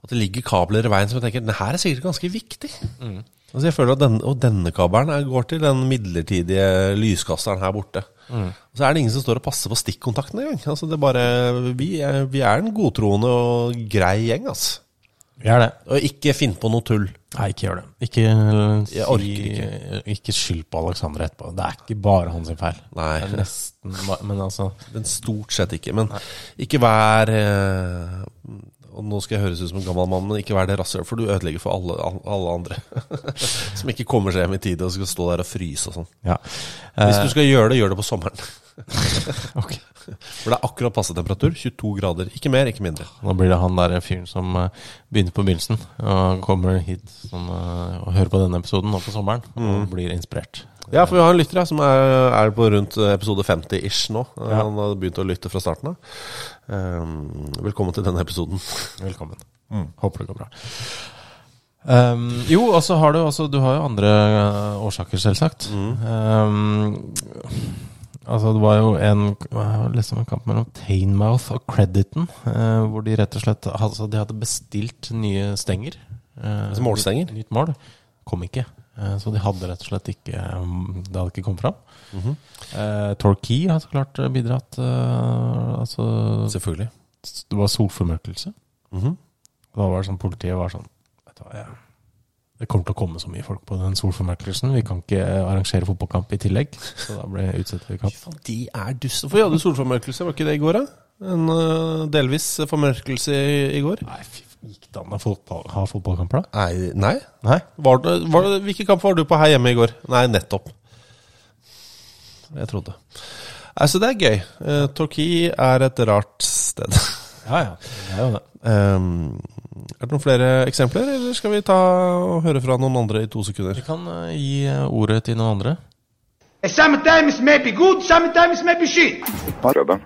At det ligger kabler i veien som jeg tenker Den her er sikkert ganske viktig. Altså jeg føler at denne, Og denne kabelen er- går til den midlertidige lyskasteren her borte. Og så er det ingen som står og passer på stikkontakten engang. Altså det er bare, vi, er, vi er en godtroende og grei gjeng, altså.
Gjør det.
Og ikke finn på noe tull.
Nei, ikke gjør det. Ikke, eh, si,
Jeg orker
ikke. skyld på Alexander etterpå. Det er ikke bare hans feil.
Nei.
Det er nesten, ba- men altså
Men stort sett ikke. Men ikke vær eh, Og nå skal jeg høres ut som en gammel mann, men ikke vær det rasshølet, for du ødelegger for alle, all- alle andre. som ikke kommer seg hjem i tide og skal stå der og fryse og sånn.
Ja.
Hvis du skal gjøre det, gjør det på sommeren.
Ok.
For det er akkurat passe temperatur. 22 grader. Ikke mer, ikke mindre.
Nå blir det han der fyren som eh, begynte på begynnelsen, og kommer hit sånn, eh, og hører på denne episoden nå på sommeren, og blir inspirert.
Ja, for vi har en lytter ja, som er, er på rundt eh, episode 50-ish nå. Eh,
Ja.
Han har begynt å lytte fra starten av. Eh, velkommen til denne episoden.
Velkommen. Håper det går bra. Um, jo, og så har du også Du har jo andre øh, årsaker, selvsagt.
Mm.
Um, altså, det var jo en jeg leste om en kamp mellom Tainmouth og Crediton, øh, hvor de rett og slett altså, de hadde bestilt nye stenger. øh,
Altså målstenger?
Nytt, nytt mål. Kom ikke. Eh, Så de hadde rett og slett ikke um, Det hadde ikke kommet fram.
Mhm.
Eh, Torquay har så klart eh, bidratt. eh, altså
Selvfølgelig.
det var solformørkelse.
Mhm.
Da var det sånn politiet var sånn Vet du hva, jeg, det kommer til å komme så mye folk på den solformørkelsen. Vi kan ikke arrangere fotballkamp i tillegg. Så da ble utsatt vi kamp.
Faen, de er dusse. Hvorfor hadde du solformørkelse? Var ikke det i går, da? En øh, delvis formørkelse i, i går?
Nei, fy f- gikk det an å fotball, ha fotballkamper da?
Nei. nei.
Nei.
Var det, var det, hvilke kamper var du på her hjemme i går? Nei, nettopp. Jeg trodde. Altså, det er gøy. Uh, Torquay er et rart sted.
Ja, ja. Det er jo det.
Ehm, er det noen flere eksempler, eller skal vi ta og høre fra noen andre i to sekunder?
Vi kan eh, gi eh, ordet til noen andre.
Sometimes may be good, sometimes may be shit.
Jobben.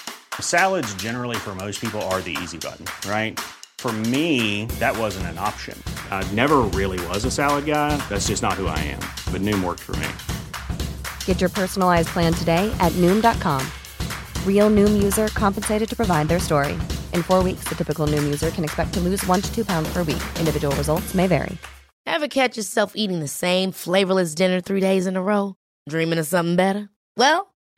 Salads, generally, for most people, are the easy button, right? For me, that wasn't an option. I never really was a salad guy. That's just not who I am. But Noom worked for me.
Get your personalized plan today at Noom.com. Real Noom user compensated to provide their story. In four weeks, the typical Noom user can expect to lose one to two pounds per week. Individual results may vary.
Ever catch yourself eating the same flavorless dinner three days in a row? Dreaming of something better? Well,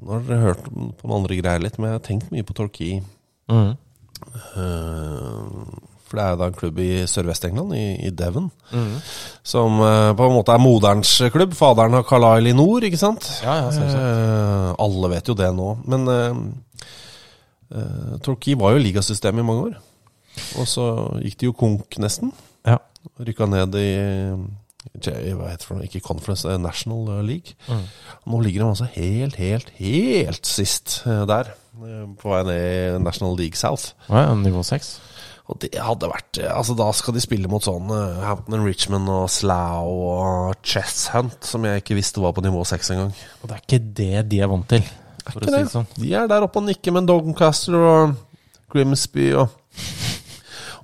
Nå har dere hørt om- på noen andre greier litt, men jeg har tenkt mye på Torquay.
Mhm.
Eh, For det er jo da en klubb i Sørvest-England, i, i Devon,
Mm.
som eh, på en måte er moderens klubb. Faderen har Carlisle i nord, ikke sant?
Ja, ja, selvsagt.
Eh, alle vet jo det nå. Men eh, eh, Torquay var jo ligasystemet i mange år. Og så gikk de jo konk, nesten.
Ja.
Rykka ned i eh, hva heter det, for noe? ikke Conference, eh, National League.
Mm.
Nå ligger de altså helt, helt, helt sist eh, der. eh, På vei ned i National League South.
Ja, ja, er nivå seks.
Og det hadde vært Altså Da skal de spille mot sånn eh, Hampton and Richmond og Slough og Chess Hunt, som jeg ikke visste var på nivå seks engang.
Og det er ikke det de er vant til, for å si det sånn.
De er der oppe og nikker med Doncaster og Grimsby og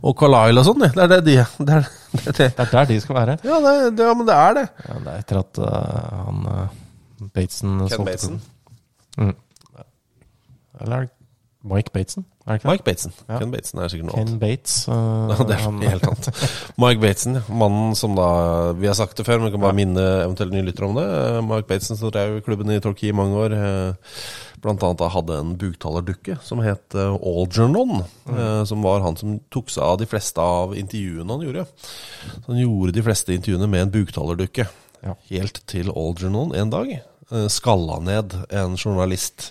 og Carlisle og sånn. Det er det de det er, det er det.
Det er der de skal være.
Ja, det, det, ja, men det er det.
Ja, det er etter at eh, han eh, Bateson
Ken
solgte
Bateson.
den. Mm. Eller er det Mike Bateson? Er det ikke det?
Mike Bateson.
Ja.
Ken Bateson er sikkert noe annet.
Ken Bates. eh,
Ja, det er
han-
noe helt annet. Mike Bateson, ja. mannen som da Vi har sagt det før, men vi kan bare minne eventuelle nye lyttere om det. Eh, Mike Bateson som drev klubben i Torquay i mange år. eh, Blant annet da hadde en buktalerdukke som het eh, Algernon.
Mm.
eh, Som var han som tok seg av de fleste av intervjuene han gjorde. Så han gjorde de fleste intervjuene med en buktalerdukke.
Ja.
Helt til Algernon en dag eh, skalla ned en journalist.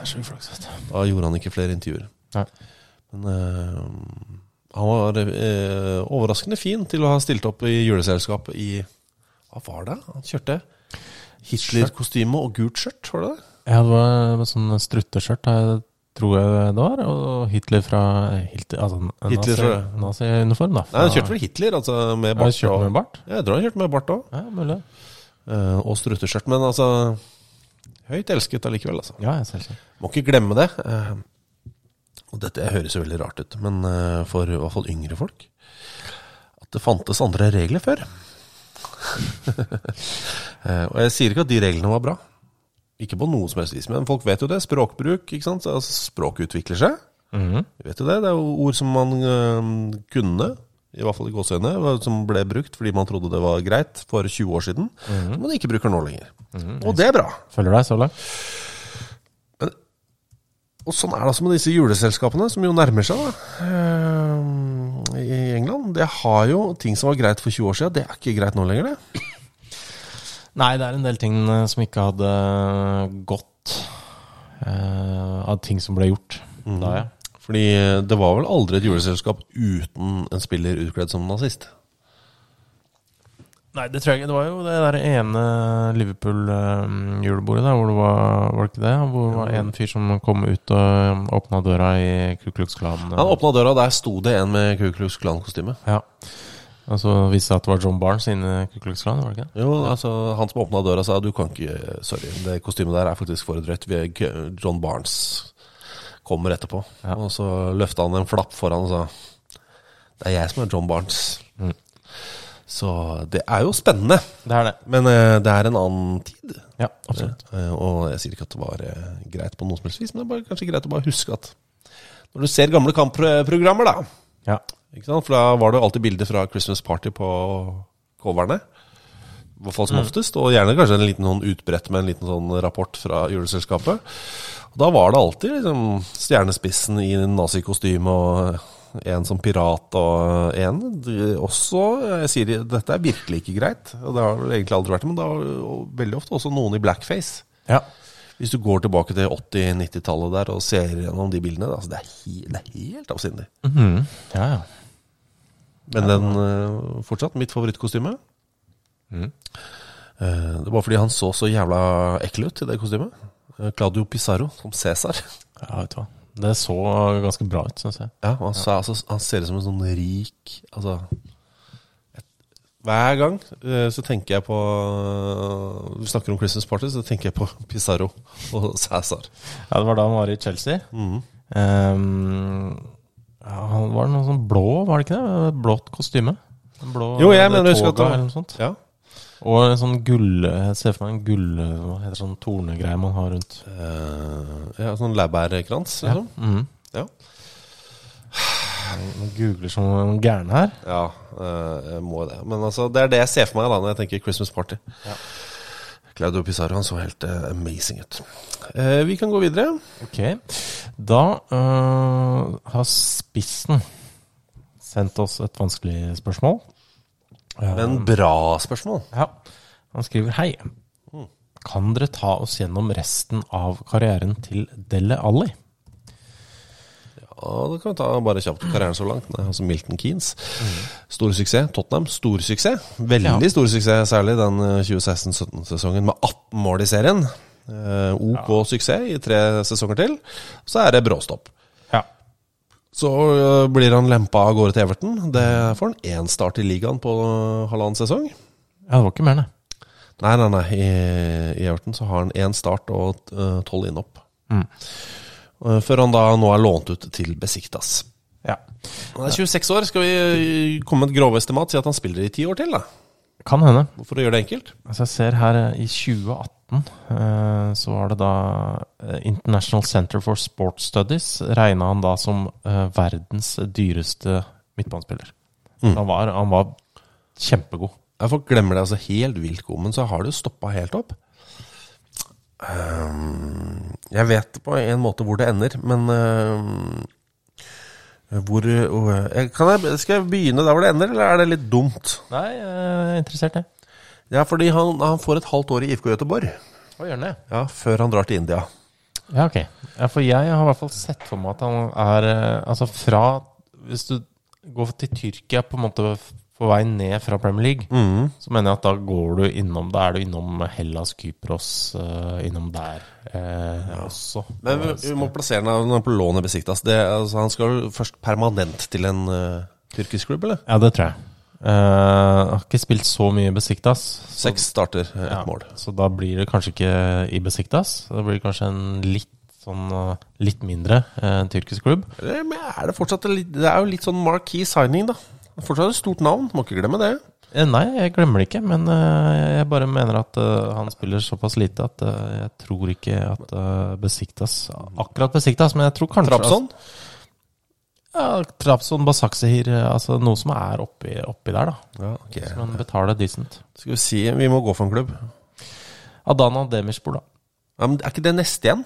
Det er så uflaks, vet du.
Da gjorde han ikke flere intervjuer.
Nei.
Men eh, han var eh, overraskende fin til å ha stilt opp i juleselskap i Hva var det? Han kjørte Hitler-kostyme og gult skjørt, var det det?
Ja, det var et sånn strutteskjørt, eh, tror jeg det var. Og Hitler fra Hitler, Altså en en
Hitler
nazi-
fra-
nazi-uniform, da.
Nei, han kjørte vel Hitler, altså med
bart.
bart.
Kjørte
og-
med bart?
Ja, jeg tror han kjørte med bart òg.
Ja, mulig.
og strutteskjørt. Men altså Høyt elsket allikevel, altså.
Ja, jeg ser det.
Må ikke glemme det. Eh, og dette høres jo veldig rart ut, men eh, for i hvert fall yngre folk At det fantes andre regler før. Eh, og jeg sier ikke at de reglene var bra. Ikke på noe som helst vis, men folk vet jo det. Språkbruk, ikke sant. Så, Altså, språk utvikler seg. Vi vet jo det. Det er jo ord som man eh, kunne, i hvert fall i gåseøynene, som ble brukt fordi man trodde det var greit for 20 år siden, som man ikke bruker nå lenger. Og det er bra.
Følger deg så langt?
Og sånn er det altså med disse juleselskapene, som jo nærmer seg da, eh, i England. Det har jo ting som var greit for 20 år siden, det er ikke greit nå lenger, det.
Nei, det er en del ting eh, som ikke hadde gått eh, av ting som ble gjort
Mm.
da, ja.
Fordi eh, det var vel aldri et juleselskap uten en spiller utkledd som nazist.
Nei, det tror jeg ikke. Det var jo det der ene Liverpool-julebordet der, hvor det var Var det ikke det? Hvor det var en fyr som kom ut og åpna døra i Ku Klux Klan.
Han åpna døra, der sto det en med Ku Klux Klan-kostyme.
Ja. Og så viste det seg at det var John Barnes inne i Ku Klux Klan, var det ikke? det?
Jo, altså, han som åpna døra sa du kan ikke Sorry, det kostymet der er faktisk for drøyt. Vi er k- John Barnes kommer etterpå.
Ja.
Og så løfta han en flapp foran og sa Det er jeg som er John Barnes.
Mm.
Så det er jo spennende.
Det er det.
Men eh, det er en annen tid.
Ja, absolutt.
Eh, og jeg sier ikke at det var eh, greit på noe som helst vis, men det er bare, kanskje greit å bare huske at når du ser gamle kampprogrammer, da
Ja.
ikke sant? For da var det jo alltid bilder fra Christmas Party på coverne. I hvert fall som oftest. Og gjerne kanskje en liten sånn utbrett med en liten sånn rapport fra juleselskapet. Og da var det alltid liksom, stjernespissen i nazikostyme og en som pirat og en de- også Jeg sier dette er virkelig ikke greit, og det har vel egentlig aldri vært det, men det har jo veldig ofte også noen i blackface.
ja.
Hvis du går tilbake til 80-90-tallet der og ser gjennom de bildene, altså, det, er he, det er helt avsindig.
Mhm. ja, ja.
Men den eh, fortsatt mitt favorittkostyme. Mm. Eh, det var fordi han så så jævla ekkel ut i det kostymet. Eh, Claudio Pizarro som Cæsar.
Ja, vet du hva. Det så ganske bra ut, syns jeg.
Ja, og han, sa, altså, han ser ut som en sånn rik Altså et- Hver gang eh, så tenker jeg på eh, Vi snakker om Christmas Party, så tenker jeg på Pizarro og Cæsar.
Ja, Det var da han var i Chelsea. Ehm, ja, han var noe sånn blå, var det ikke det? Blått kostyme. En Blå,
Jo, jeg
det
mener å huske at
toga
det var-
eller noe sånt.
Ja.
Og en sånn gull... Jeg ser for meg en gull... Hva heter det, sånn tornegreie man har rundt?
Eh, ja sånn laurbærkrans, liksom.
Mhm.
Ja.
Man googler som en gæren her.
Ja, eh, jeg må det. Men altså, det er det jeg ser for meg da når jeg tenker Christmas Party. Claudio Pizarro han så helt eh, amazing ut. Eh, vi kan gå videre.
Ok. Da øh, har spissen sendt oss et vanskelig spørsmål.
Men bra spørsmål.
Ja. Han skriver hei. Kan dere ta oss gjennom resten av karrieren til Delle Alli?
Ja, da kan vi ta bare kjapt karrieren så langt. Nei, altså Milton Keanes. Stor suksess. Tottenham, stor suksess. Veldig
Ja.
stor suksess, særlig den eh, 2016-17-sesongen med 18 mål i serien. Eh, OK suksess i tre sesonger til. Så er det bråstopp.
Ja.
Så øh, blir han lempa av gårde til Everton. Det får han én start i ligaen på øh, halvannen sesong.
ja, det var ikke mer, det.
Nei, nei, nei. I, i Everton så har han én start og øh, tolv innhopp. eh, før han da nå er lånt ut til Besiktas.
Ja.
Han er 26 år. Skal vi eh, komme med et grovestimat? Si at han spiller i ti år til, da.
Kan hende.
For å gjøre det enkelt.
Altså jeg ser her eh, i 2018 eh, så var det da eh, International Center for Sports Studies regna han da som eh, verdens dyreste midtbanespiller.
Mm.
Han, var, han var kjempegod.
Ja, Folk glemmer det altså helt vilt god, men så har det jo stoppa helt opp. Ehm, jeg vet på en måte hvor det ender, men ehm, hvor, øh, jeg- kan jeg, Skal jeg begynne der hvor det ender, eller er det litt dumt?
Nei, jeg er interessert, jeg.
Ja, fordi han, han får et halvt år i IFK Göteborg
Hva gjør han det?
ja, før han drar til India.
Ja, ok. Ja, for jeg har i hvert fall sett for meg at han er eh, Altså fra Hvis du går til Tyrkia på en måte f- på vei ned fra Premier League,
Mm.
så mener jeg at da går du innom Da er du innom Hellas, Kypros, eh, innom der eh, også.
Men vi, vi må plassere han- han er på lån i Besiktas. Det, altså, han skal jo først permanent til en øh, tyrkisk klubb, eller?
Ja, det tror jeg. Eh, jeg har ikke spilt så mye i Besiktas. Så,
Seks starter, øh, ett
ja,
mål.
så da blir det kanskje ikke i Besiktas. Det blir kanskje en litt sånn eh, litt mindre eh, tyrkisk klubb.
Eller men er det fortsatt en litt- Det er jo litt sånn marquee signing, da. Fortsatt et stort navn, må ikke glemme det.
Eh, Nei, jeg glemmer det ikke, men eh, jeg bare mener at eh, han spiller såpass lite at eh, jeg tror ikke at eh, Besiktas Akkurat Besiktas, men jeg tror kanskje
Trabzon?
Ja, Trabzon, Basaksehir eh, Altså noe som er oppi, oppi der, da.
Ja, ok.
Som han betaler decent.
Skal vi si vi må gå for en klubb?
Adana Demirspor, da.
Ja, men Er ikke det neste igjen?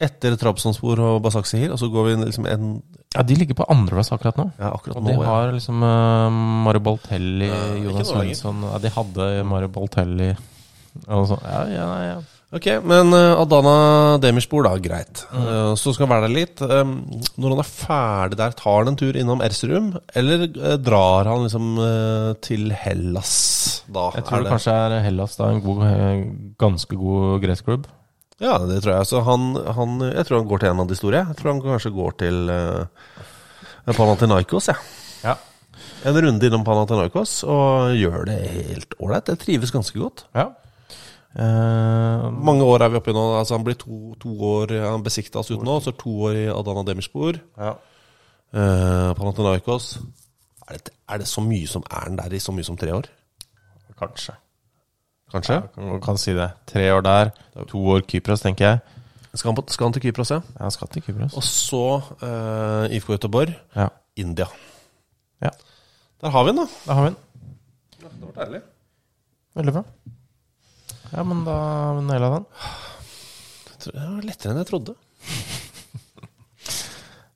Etter Trabzonspor og Basaksehir, og så går vi liksom en
Ja, De ligger på andreplass akkurat nå.
Ja, akkurat
og
nå,
de
ja.
har liksom eh, Mario Boltelli,
ikke
Jonas
nå lenger.
Svensson ja, De hadde Mario Boltelli og sånn. Ja, ja, nei, ja.
Ok, men eh, Adana Demirspor, da, greit.
Mm.
Eh, Så skal han være der litt. Eh, Når han er ferdig der, tar han en tur innom Erserum, eller eh, drar han liksom eh, til Hellas da?
Jeg
Er
tror det kanskje er Hellas, da. En god, eh, ganske god gressklubb.
Ja, det tror jeg. Så han, han, jeg tror han går til en av de store. Jeg tror han kanskje går til uh, Panathinaikos, jeg.
Ja.
En runde innom Panathinaikos, og gjør det helt ålreit. Jeg trives ganske godt.
Ja. Eh,
Mange år er vi oppe i nå. Altså, han blir to, to år Han besikta oss ut nå, så to år i Adana Demirspor.
ja.
eh, Panathinaikos. Er det, er det så mye som er han der i så mye som tre år?
Kanskje.
Kanskje?
Man kan si det. Tre år der, to år Kypros, tenker jeg.
Skal, han på, skal han til Kypros, ja?
Jeg skal til Kypros.
Og så eh, IFK Göteborg,
Ja.
India.
ja.
Der har vi den, da.
Da har vi den.
Det var deilig.
Veldig bra. Ja, men da har vi naila den.
Det var lettere enn jeg trodde.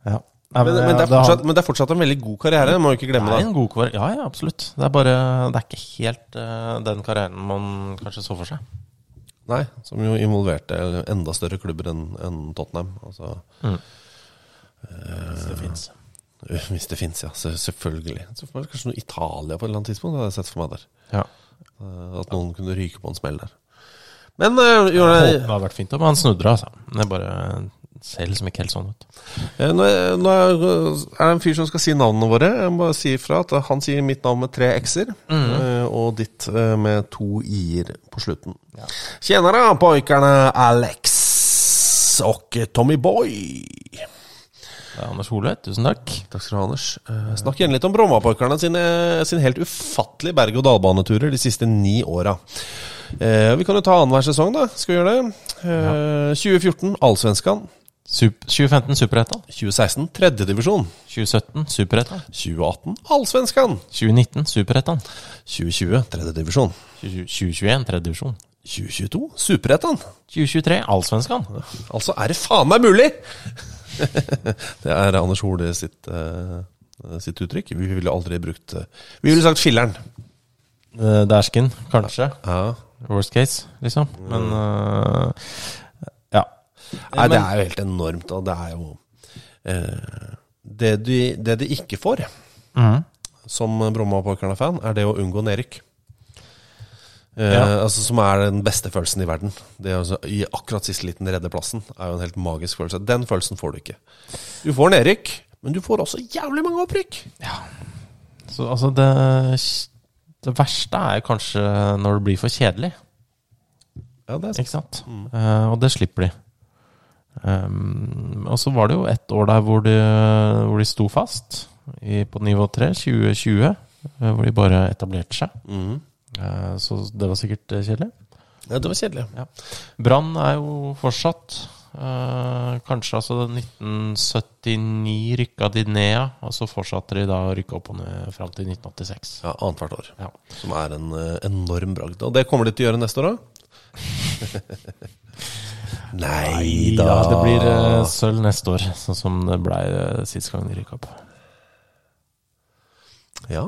Ja. Nei, eh,
Men, men, det er fortsatt, men det er fortsatt en veldig god karriere, må vi ikke
det
glemme
er
det.
en god kvar... Ja, ja, absolutt. Det er bare Det er ikke helt eh, den karrieren man kanskje så for seg.
Nei, Som jo involverte enda større klubber enn enn Tottenham. Altså,
Hvis det fins.
øh, hvis det fins, ja. Så, selvfølgelig. Så får man kanskje noe Italia på et eller annet tidspunkt. Det hadde jeg sett for meg der.
Ja.
Eh, At noen kunne ryke på en smell der. Men eh, gjorde
Håper
jeg,
det hadde vært fint om han snudra, altså. Det bare ser liksom ikke helt sånn ut.
eh, nå, er- nå er er det en fyr som skal si navnene våre. Jeg må bare si ifra at han sier mitt navn med tre x-er, eh, og ditt eh, med to i-er på slutten. Tjenere, poikerne Alex og Tommy Boy.
Det er Anders Hole, tusen takk.
Takk skal du ha, Anders. Eh, snakk igjen litt om Brommaparkerne sine, sine helt ufattelige berg-og-dal-baneturer de siste ni åra. Eh, vi kan jo ta annenhver sesong, da. Skal vi gjøre det? Eh, 2014 Allsvenskan.
Sup 2015 Superettan.
2016 tredjedivisjon.
2017 Superettan.
2018 Allsvenskan.
2019 Superettan.
2020 tredjedivisjon.
2021 tredje divisjon.
2022 Superettan.
2023 Allsvenskan.
Altså er det faen meg mulig! det er Anders Hole sitt, eh, sitt uttrykk. Vi ville aldri brukt eh, Vi ville sagt filleren.
Eh, Dæsken, kanskje.
Ja.
Worst case, liksom. Men eh, ja.
Nei, det
Men-
er jo helt enormt, og det er jo eh, det, de, det de ikke får, som Bromma-Pokkerna-fan, er det å unngå nedrykk. Eh,
Ja.
altså, som er den beste følelsen i verden. Det er altså, I akkurat siste liten reddeplassen er jo en helt magisk følelse. Den følelsen får du ikke. Du får nedrykk, men du får også jævlig mange opprykk.
Så altså, det, det verste er kanskje når det blir for kjedelig,
Ja, det er sant.
ikke sant? Eh, og det slipper de. Um, og så var det jo ett år der hvor de, hvor de sto fast i, på nivå 3, 2020. eh, Hvor de bare etablerte seg.
Mhm.
Eh, så det var sikkert eh, kjedelig.
Ja, det var kjedelig.
Ja. Brann er jo fortsatt eh, Kanskje altså 1979 rykka de ned, og så fortsatte de da å rykke opp og ned fram til 1986.
Ja, Annethvert år.
Ja.
Som er en eh, enorm bragd. Og det kommer de til å gjøre neste år òg? Nei da.
Ja, det blir eh, sølv neste år, sånn som det blei eh, sist gang de rykka opp.
Ja.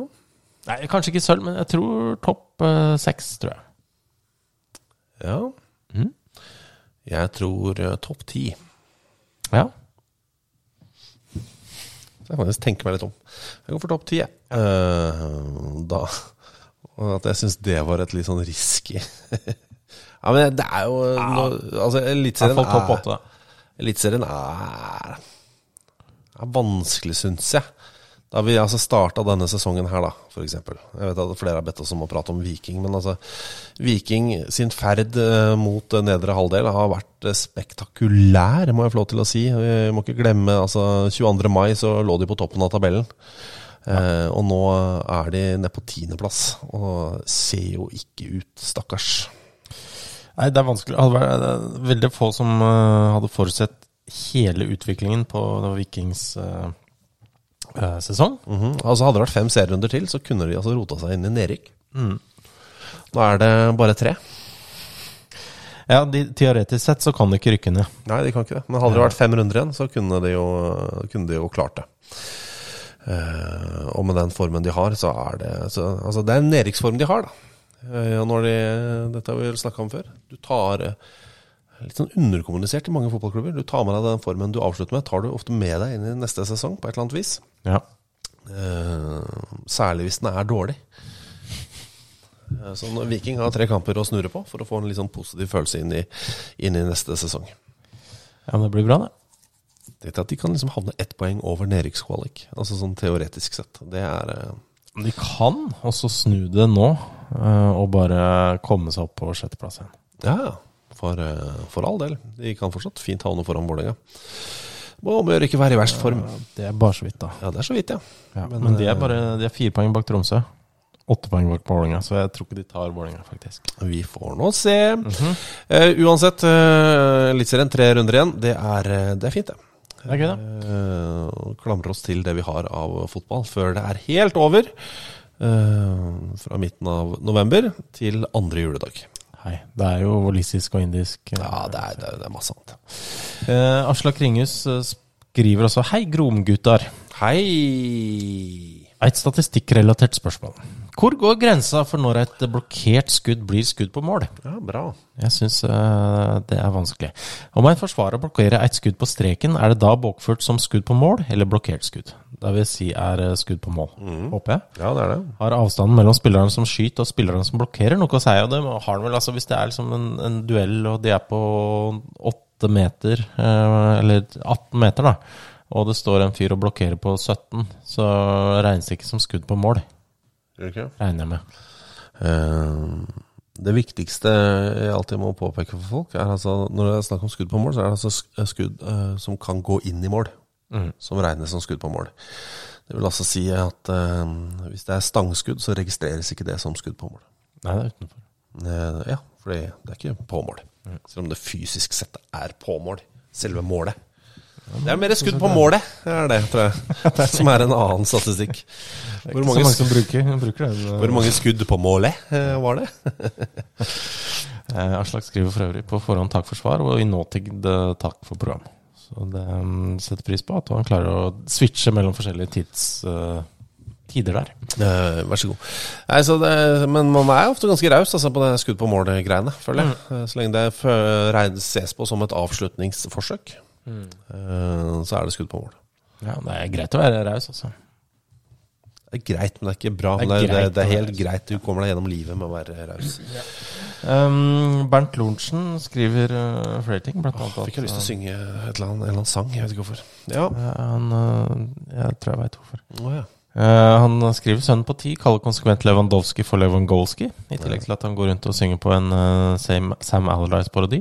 Nei, kanskje ikke sølv, men jeg tror topp eh, seks, tror jeg.
ja.
Mhm.
Jeg tror eh, topp ti.
Ja.
Så jeg faktisk tenker meg litt om. Jeg går for topp ti, jeg. Eh, da og At jeg syns det var et litt sånn risky Ja, men det er jo nå, Altså,
I hvert
Eliteserien
fall topp
er
åtte.
Eliteserien er, er vanskelig, syns jeg. Da vi altså starta denne sesongen her, da, f.eks. Jeg vet at flere har bedt oss om å prate om Viking, men altså Viking sin ferd eh, mot eh, nedre halvdel har vært eh, spektakulær, må jeg få lov til å si. Vi må ikke glemme altså 22. mai så lå de på toppen av tabellen. Eh, og nå er de nede på tiendeplass, og ser jo ikke ut, stakkars.
Nei, det er vanskelig. Det hadde vært det er veldig få som eh, hadde forutsett hele utviklingen på Vikings eh, eh, sesong.
Mhm. Altså Hadde det vært fem serierunder til, så kunne de altså rota seg inn i nedrykk. Nå er det bare tre.
Ja, de, teoretisk sett så kan de ikke rykke ned.
Nei, de kan ikke det. Men hadde det vært fem runder igjen, så kunne de jo, kunne de jo klart det. Eh, og med den formen de har, så er det så, Altså, det er en nedrykksform de har, da. Eh, og når de, dette har vi vel snakka om før. Du tar eh, Litt sånn underkommunisert i mange fotballklubber. Du tar med deg den formen du avslutter med, tar du ofte med deg inn i neste sesong på et eller annet vis.
Ja.
Eh, særlig hvis den er dårlig. Eh, Så når Viking har tre kamper å snurre på for å få en litt sånn positiv følelse inn i, inn i neste sesong.
ja, men det blir bra, det.
Tenk deg at de kan liksom havne ett poeng over nedrykkskvalik, altså sånn teoretisk sett. Det er eh,
De kan også snu det nå, eh, og bare komme seg opp på sjetteplass igjen.
Ja, ja. For, eh, for all del. De kan fortsatt fint havne foran Vålerenga. Må om å gjøre ikke være i verst form.
Det er bare så vidt, da.
Ja, det er så vidt, ja.
Ja, men eh, de, er bare, de er fire poeng bak Tromsø. Åtte poeng bak Vålerenga, så jeg tror ikke de tar Vålerenga, faktisk.
Vi får nå se.
Mhm.
Eh, uansett, uh, Eliteserien tre runder igjen. Det er, eh, det er fint, det.
Det er gøy, det.
Eh, og klamre oss til det vi har av fotball før det er helt over. eh, fra midten av november til andre juledag.
Hei, det er jo walisisk og indisk. eh,
Ja, det er, det er, det er masse annet.
Eh, Asla Kringhus eh, skriver også Hei, Gromgutter.
Hei!
Et statistikkrelatert spørsmål. Hvor går grensa for når et blokkert skudd blir skudd på mål?
Ja, bra.
Jeg syns det er vanskelig. Om en forsvarer blokkerer et skudd på streken, er det da bokført som skudd på mål eller blokkert skudd? Det vil si er eh, skudd på mål, håper jeg.
Ja, det er det.
Har avstanden mellom spilleren som skyter og spilleren som blokkerer noe å si? Og det har den vel, altså hvis det er liksom en, en duell og de er på åtte meter, eh, eller 18 meter, da, og det står en fyr og blokkerer på 17, så regnes det ikke som skudd på mål,
Gjør det ikke?
regner jeg med.
Eh, Det viktigste jeg alltid må påpeke for folk, er altså når det er snakk om skudd på mål, så er det altså sk- skudd eh, som kan gå inn i mål. Som regnes som skudd på mål. Det vil altså si at eh, hvis det er stangskudd, så registreres ikke det som skudd på mål.
Nei, det er utenfor.
Eh, ja, for det er ikke på mål. Selv om det fysisk sett er på mål. Selve målet. Det er mer skudd på målet, det er det, tror jeg. Som er en annen statistikk. Hvor mange,
så mange
sk-
som bruker, bruker den.
hvor mange skudd på målet eh, var det?
Eh, Aslak skriver for øvrig på forhånd takk for svar, og i nåtid eh, takk for program. Så det mm, setter pris på at han klarer å switche mellom forskjellige tids, eh, tider der.
Eh, vær så god. Nei, så det, men man er ofte ganske raus altså, på det skudd på mål-greiene, føler jeg. Eh, Så lenge det fø- regnes- ses på som et avslutningsforsøk, eh, så er det skudd på mål.
Ja, det er greit å være raus, altså.
Det er greit, men det er ikke bra.
Det
Det
er
er, det,
greit
det,
å
er
være
helt greit. Du kommer deg gjennom livet med å være raus.
Um, Bernt Lorentzen skriver uh, flere ting, blant annet
Fikk jeg lyst til å
at
synge et eller annet, en eller annen sang. Jeg vet ikke hvorfor. Ja.
uh, han, uh, Jeg tror jeg veit hvorfor.
Å, ja.
Uh, han skriver 'Sønnen på ti' kaller konsekvent Lewandowski for Lewandowski, i tillegg til at han går rundt og synger på en uh, Sam, Sam Allardyce-parodi.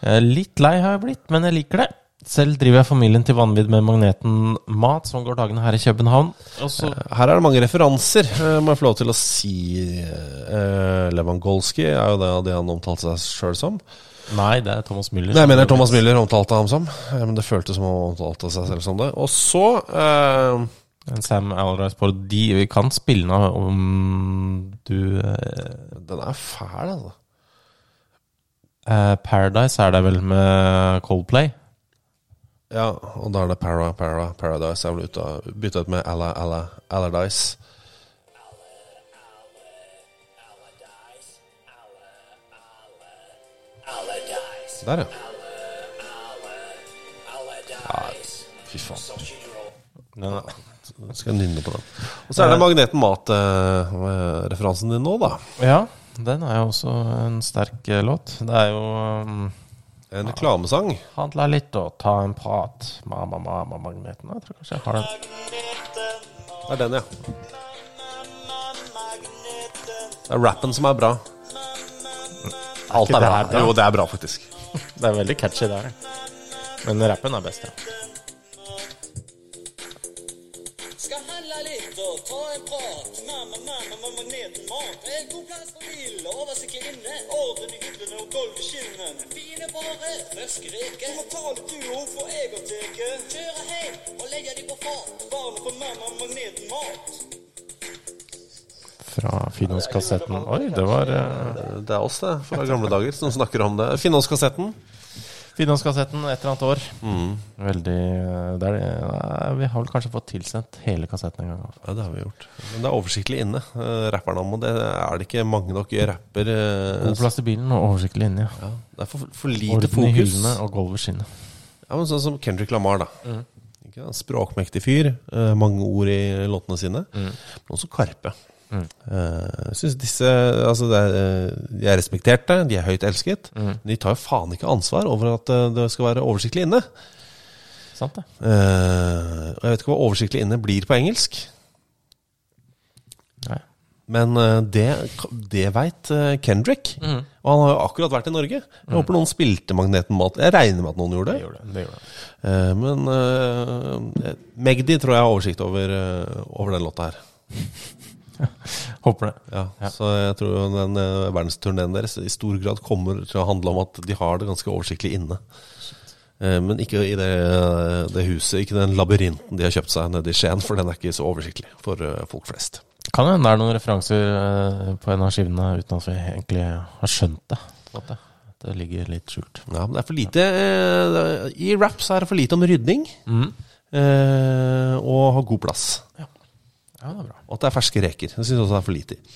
Eh, Litt lei har jeg blitt, men jeg liker det. Selv driver jeg familien til vanvidd med magneten Mat, som går dagene her i København. Og så
Eh, Her er det mange referanser, eh, må jeg få lov til å si. Eh, Lewandowski er jo det, det han omtalte seg sjøl som.
Nei, det er Thomas Müller.
Nei, jeg mener Thomas Müller omtalte ham som. eh, Men det føltes som han omtalte seg selv som det. Og så eh,
Sam Allardyce på de Vi kan spille den av om du eh,
Den er fæl, altså.
eh, Paradise er det vel med Coldplay?
Ja, og da er det Para, Para, Paradise. Jeg vil ut av- bytte ut med Alla, Alla, Allardyce. Der, ja. Ja, Fy faen.
Den,
Nå skal jeg nynne på den. Og så er det Magneten Mat-referansen din nå, da.
ja, den er jo også en sterk eh, låt. Det er jo um,
En reklamesang.
Handla litt og ta en prat. Mamma, mamma, magneten. Jeg tror kanskje jeg har den.
Det er den, ja. Det er rappen som er bra. Alt er
ikke det
bra.
her bra?
Jo, det er bra, faktisk.
Det er veldig catchy der. Men rappen er best, ja. Fra Finnåskassetten. Oi, det var eh,
Det er oss, det, fra gamle dager, som snakker om det. Finnåskassetten.
Finnåskassetten et eller annet år.
Mm.
Veldig eh, det er, det- Nei, Vi har vel kanskje fått tilsendt hele kassetten en gang.
Ja, det har vi gjort. Men det er oversiktlig inne. Uh, Rappernavn og det er det ikke mange nok rapper eh,
God plass i bilen og oversiktlig linje.
ja, Det er for, for
Orden
lite
i
fokus.
hyllene og gulvet skinner.
Ja, men Sånn som Kendrick Lamar, da.
Mm.
Ikke, sant? språkmektig fyr. eh, mange ord i låtene sine.
Mm.
Men også Karpe. Eh, jeg synes disse altså det er, eh, De er respekterte, de er høyt elsket.
Mm.
Men de tar jo faen ikke ansvar over at eh, det skal være oversiktlig inne.
Sant det?
Eh, og jeg vet ikke hva oversiktlig inne blir på engelsk.
Nei.
Men eh, det, det veit Kendrick.
Mm.
Og han har jo akkurat vært i Norge. Jeg håper noen spilte Magneten Mat. Jeg regner med at noen gjorde det.
gjorde Mm. det. det gjorde det.
Eh, men eh, Magdi tror jeg har oversikt over, eh, over den låta her.
Håper det.
Ja, Så jeg tror jo den uh, verdensturneen deres i stor grad kommer til å handle om at de har det ganske oversiktlig inne. Eh, men ikke i det, det huset, ikke den labyrinten de har kjøpt seg nede i Skien, for den er ikke så oversiktlig for eh, folk flest.
Kan hende det er noen referanser eh, på en av skivene uten at vi egentlig har skjønt det. på en måte. Det ligger litt skjult.
Ja, men det er for lite eh, I rap så er det for lite om rydning eh, og ha god plass.
Ja, det er bra.
Og at det er ferske reker. Det syns jeg også det er for lite i.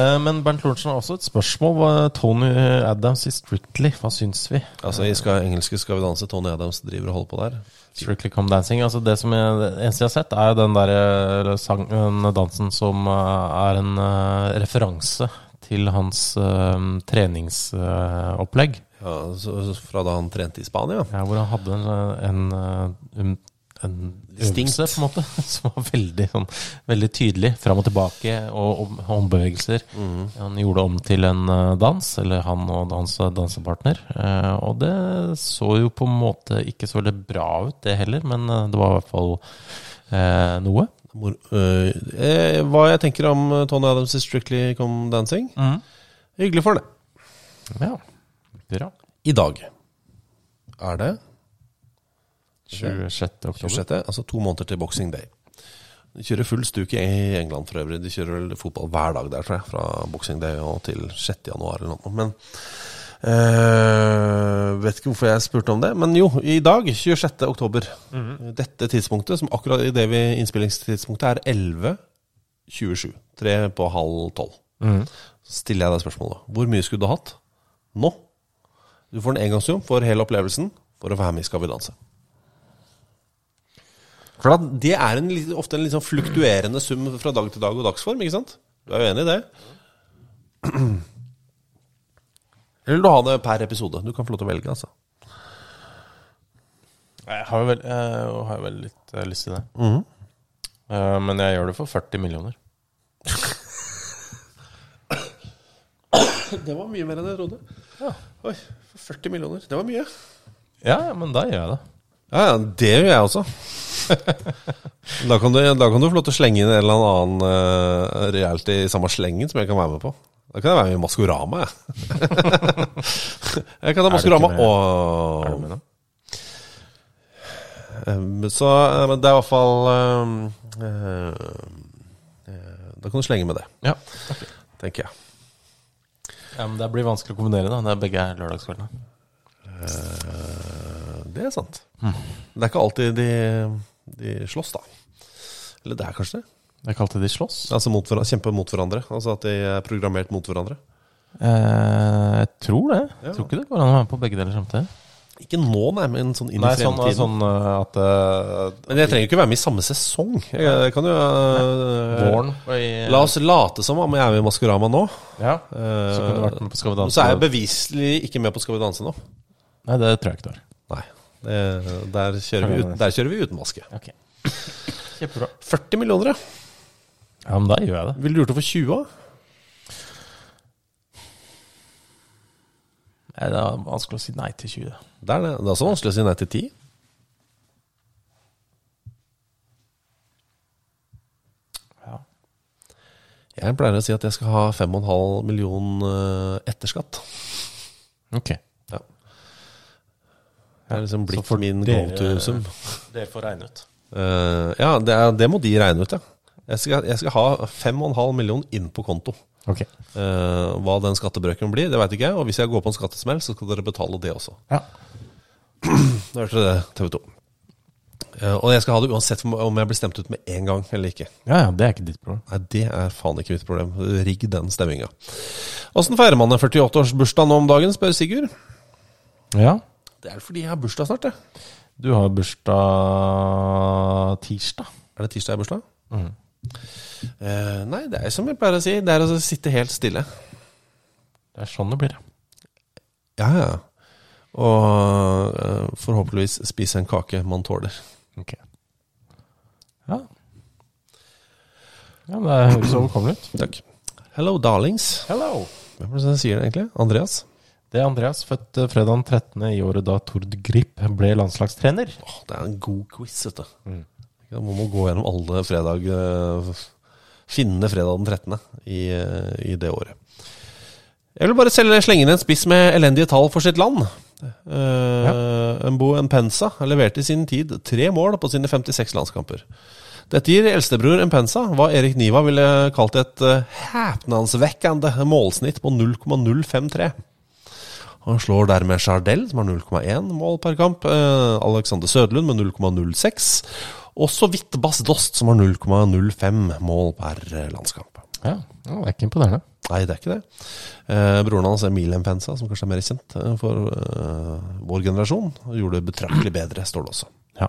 Eh, Men Bernt Lorentzen har også et spørsmål. Hva- Tony Adams i Strictly, hva syns vi?
Altså, I skal, engelske Skal vi danse, Tony Adams driver og holder på der.
Strictly Come Dancing. Altså det som jeg, det eneste jeg har sett, er jo den eh, derre sangen, dansen, som eh, er en eh, referanse til hans eh, treningsopplegg.
Ja, så, så fra da han trente i Spania.
Ja, hvor han hadde en, en, eh, um, en
Distinkt.
øvelse, på en måte, som var veldig, sånn, veldig tydelig. Fram og tilbake og om, ombevegelser. Han gjorde om til en eh, dans, eller han og hans dansepartner. Eh, og det så jo på en måte ikke så veldig bra ut, det heller, men eh, det var i hvert fall eh, noe.
Mor, øh, eh, hva jeg tenker om eh, Tony Adams' Strictly Come Dancing? Hyggelig for det.
Ja, bra.
I dag er det
26. oktober.
26., altså to måneder til Boxing Day. De kjører full stuk i i England for øvrig. De kjører vel fotball hver dag der, tror jeg. Fra Boxing Day og til 6. januar eller noe. Men eh, Vet ikke hvorfor jeg spurte om det. Men jo, i dag, 26. oktober. Dette tidspunktet, som akkurat i det vi innspillingstidspunktet, er 11.27. Tre på halv tolv. Så stiller jeg deg spørsmålet. Hvor mye skulle du hatt nå? Du får en engangssum for hele opplevelsen for å være med i Skal vi danse. For da, det er en, litt- ofte en litt sånn fluktuerende sum fra dag til dag og dagsform, ikke sant? Du er jo enig i det? Eller vil du ha det per episode? Du kan få lov til å velge, altså.
Jeg har jo vel, eh, har jo vel litt eh, lyst til det. Eh, men jeg gjør det for 40 millioner.
Det var mye mer enn jeg trodde. Ja. Oi, for 40 millioner. Det var mye.
Ja, ja, men da gjør jeg det.
Ja, ja, det gjør jeg også. da, kan du, da kan du få lov til å slenge inn en eller annen eh, reality i samme slengen som jeg kan være med på. Da kan jeg være med i Maskorama, jeg. jeg kan ha
du
Maskorama
ikke med?
og
Er du med da?
Eh, Så eh, men det er i hvert fall eh, eh, eh, Da kan du slenge med det,
Ja.
tenker jeg.
ja, men Det blir vanskelig å kombinere da, når begge er lørdagskveldene.
Eh, Det er sant.
Mm.
Det er ikke alltid de, de slåss, da. Eller det er kanskje det?
Jeg kalte de slåss. Eh,
Altså mot, hverandre- kjempe mot hverandre. Altså at de er programmert mot hverandre.
Eh, jeg tror det.
Ja.
Jeg tror ikke det går an å være med på begge deler samtidig.
Ikke nå, nei, men sånn inn
Nei,
i
sånn,
fremtiden.
sånn eh, at eh,
Men jeg trenger jo ikke være med i samme sesong. Jeg, jeg kan jo eh,
våren og i-
La oss late som om jeg er med i Maskorama nå.
Ja,
Eh,
så kunne du vært med på Skal vi
Men
danse.
så er jeg beviselig ikke med på Skal vi danse nå.
Nei, det tror jeg ikke du er.
Nei. Det, der, kjører vi uten, der kjører vi uten maske.
Ok. Kjempebra.
40 millioner, ja.
Ja, men da gjør jeg det.
Ville du gjort det for 20 av?
Nei, det er vanskelig å si nei til 20.
Det er det. Det er så vanskelig å si nei til 10.
Ja.
Jeg pleier å si at jeg skal ha 5,5 million eh, etter skatt.
Ok.
Ja. Det er liksom blitt
får
min
dere-
go-to-sum.
Dere får regne ut.
Eh, ja, det, er, det må de regne ut, ja. Jeg skal, jeg skal ha 5,5 million inn på konto.
Ok.
Eh, hva den skattebrøken blir, det veit ikke jeg. Og hvis jeg går på en skattesmell, så skal dere betale det også.
Ja.
Da hørte dere det, TV 2. og jeg skal ha det uansett om jeg blir stemt ut med en gang eller ikke.
ja, ja, det er ikke ditt problem.
Nei, det er faen ikke mitt problem. Rigg den stemminga. Åssen feirer man en 48-årsbursdag nå om dagen, spør Sigurd.
Ja.
Det er fordi jeg har bursdag snart, det.
Du har bursdag tirsdag.
Er det tirsdag jeg har bursdag? Eh, nei, det er som jeg pleier å si, det er å sitte helt stille.
Det er sånn det blir, ja.
Ja, ja. Og eh, forhåpentligvis spise en kake man tåler.
Ok. Ja. Ja, men det høres overkommelig ut.
Takk. Hello, darlings.
Hello!
Hvem er det som sier det, egentlig? Andreas?
Det er Andreas, født eh, fredag den 13. i året da Tord Grip ble landslagstrener.
Åh, det er en god quiz, vet du. Ja, Man må gå gjennom alle fredag eh, Finne fredag den 13. I, eh, i det året. Jeg vil bare selge, slenge inn en spiss med elendige tall for sitt land. Eh, Uh, Mbo Mpensa leverte i sin tid tre mål på sine 56 landskamper. Dette gir eldstebror Mpensa hva Erik Niva ville kalt et uh, hapnansvekkende målsnitt på 0,053. Han slår dermed Chardel, som har 0,1 mål per kamp. eh, Alexander Sødlund med 0,06. Og så vidt Bass Dost, som har 0,05 mål per eh, landskamp.
Ja, ja, det er ikke imponerende.
Nei, det er ikke det. Eh, broren hans, Emil Mpensa, som kanskje er mer kjent eh, for eh, vår generasjon, gjorde det betraktelig bedre, står det også.
Ja.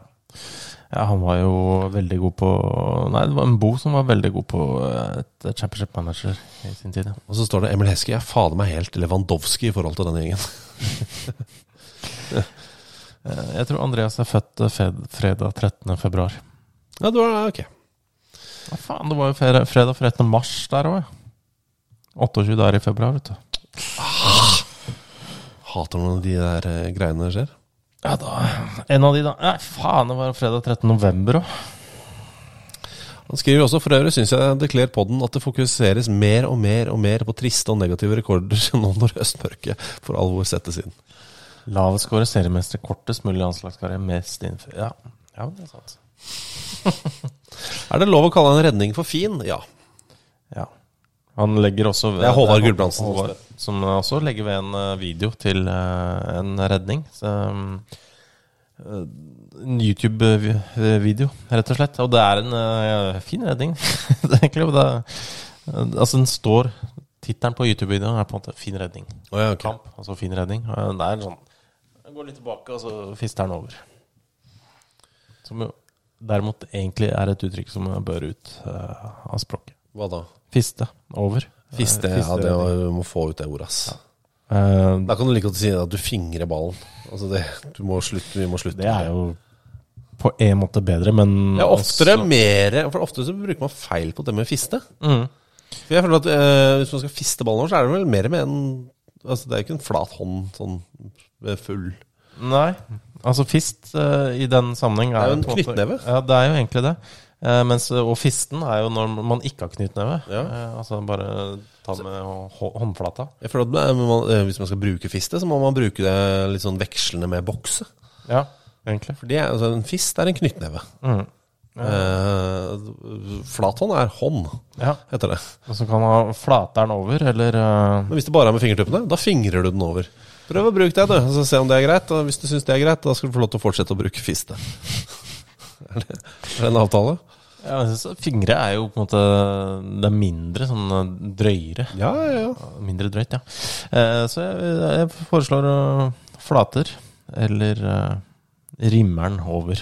ja, han var jo veldig god på Nei, det var en Bo som var veldig god på eh, et championship manager i sin tid. ja.
Og så står det Emil Heske. Jeg fader meg helt Lewandowski i forhold til denne gjengen.
Eh, Jeg tror Andreas er født eh, fed- fredag 13. februar.
Ja, du er ok.
Hva faen, det var jo fre- fredag 13. mars der òg, ja. 28 der i februar, vet du.
Hater når de der eh, greiene skjer.
Ja da. En av de, da. Nei, faen, det var fredag 13. november òg.
Han skriver også for øvrig syns jeg det kler podden at det fokuseres mer og mer og mer på triste og negative rekorder nå når høstmørket for alvor settes inn.
Lavest skårer seriemester, kortest mulig landslagskarriere, mest innenfor Ja, ja men det er sant.
Er det lov å kalle en redning for fin? Ja.
Ja. Han legger også
Det er Håvard Gulbrandsen som var.
Som også legger ved en eh, video til eh, en redning. Så, um, eh, en YouTube-video, rett og slett. Og det er en eh, fin redning, Det er egentlig. og Det er, eh, altså, den står Tittelen på YouTube-videoen er på en måte 'Fin redning'.
Å ja, ok.
Kamp, altså fin redning. Eh, Det er en sånn Den går litt tilbake, og så fister den over. Som jo derimot egentlig er et uttrykk som bør ut eh, av språket.
Hva da?
Fiste. Over.
Fiste,
Eh,
ja, det
redning.
var, du må få ut det ordet, ass.
Eh,
Da kan du like godt si at du fingrer ballen. Altså det, du må slutte, vi må slutte.
det er jo på en måte bedre, men
ja, oftere
også-
mere, for ofte så bruker man feil på det med fiste.
Mm.
For jeg føler at eh, Hvis man skal fiste ballen over, så er det vel mer med en Altså, det er jo ikke en flat hånd sånn eh, full
Nei. Altså fist eh, i den sammenheng
Det er jo
på
en
måte-
knyttneve.
Ja, det er jo egentlig det. Eh, mens, og fisten er jo når man ikke har knyttneve. Eh, altså bare ta med hå håndflata.
Jeg føler at man- man, eh, Hvis man skal bruke fiste, så må man bruke det litt sånn vekslende med bokse.
Ja, egentlig.
For det er, altså, en fist er en knyttneve.
Mm.
Eh, flathånd er hånd,
Ja.
heter det.
Og så kan man ha flateren over, eller eh,
Men hvis det bare er med fingertuppene, da fingrer du den over. Prøv å bruke det, du, og så se om det er greit. Og hvis du syns det er greit, da skal du få lov til å fortsette å bruke fiste. er, det, er det en avtale?
ja, jeg synes at Fingre er jo på en måte Det er mindre sånn eh, drøyere.
Ja, ja, ja.
Mindre drøyt, ja. Eh, så jeg, jeg foreslår eh, flater eller eh, rimmeren over.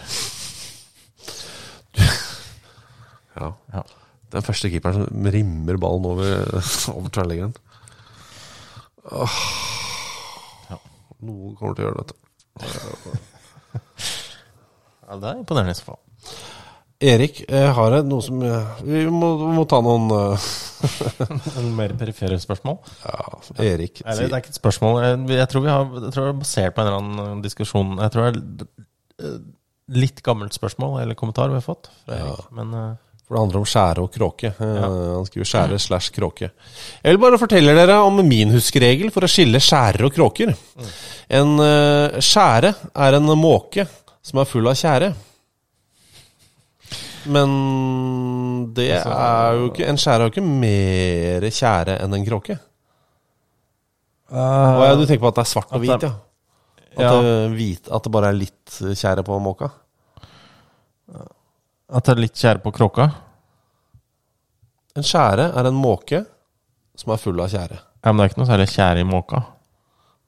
ja.
Ja.
Det er første keeperen som rimmer ballen over, over tverrleggeren. Åh. Noen kommer til å gjøre dette.
Ja, det er imponerende i så fall.
Erik eh, har jeg noe som eh, Vi må, vi må ta noen eh,
En mer perifere spørsmål.
Ja, Erik
Eller, det
sier
er ikke et spørsmål. Jeg, jeg tror vi har jeg tror det er basert på en eller annen diskusjon. Jeg tror det er eh, litt gammelt spørsmål eller kommentar vi har fått fra Erik. Men eh,
For det handler om skjære og kråke. Eh, Han skriver skjære slash kråke. Jeg vil bare fortelle dere om min huskeregel for å skille skjærer og kråker.
Mm.
En eh, skjære er en måke som er full av tjære. Men det
Altså,
er jo ikke En skjære har jo ikke mer tjære enn en kråke. Å ja, du tenker på at det er svart
At
og hvit,
det-
ja? At,
Ah, Ja.
det, hvit, at det bare er litt tjære på måka?
at det er litt tjære på kråka
En skjære er en måke som er full av tjære.
Ja, men det er ikke noe særlig tjære i måka.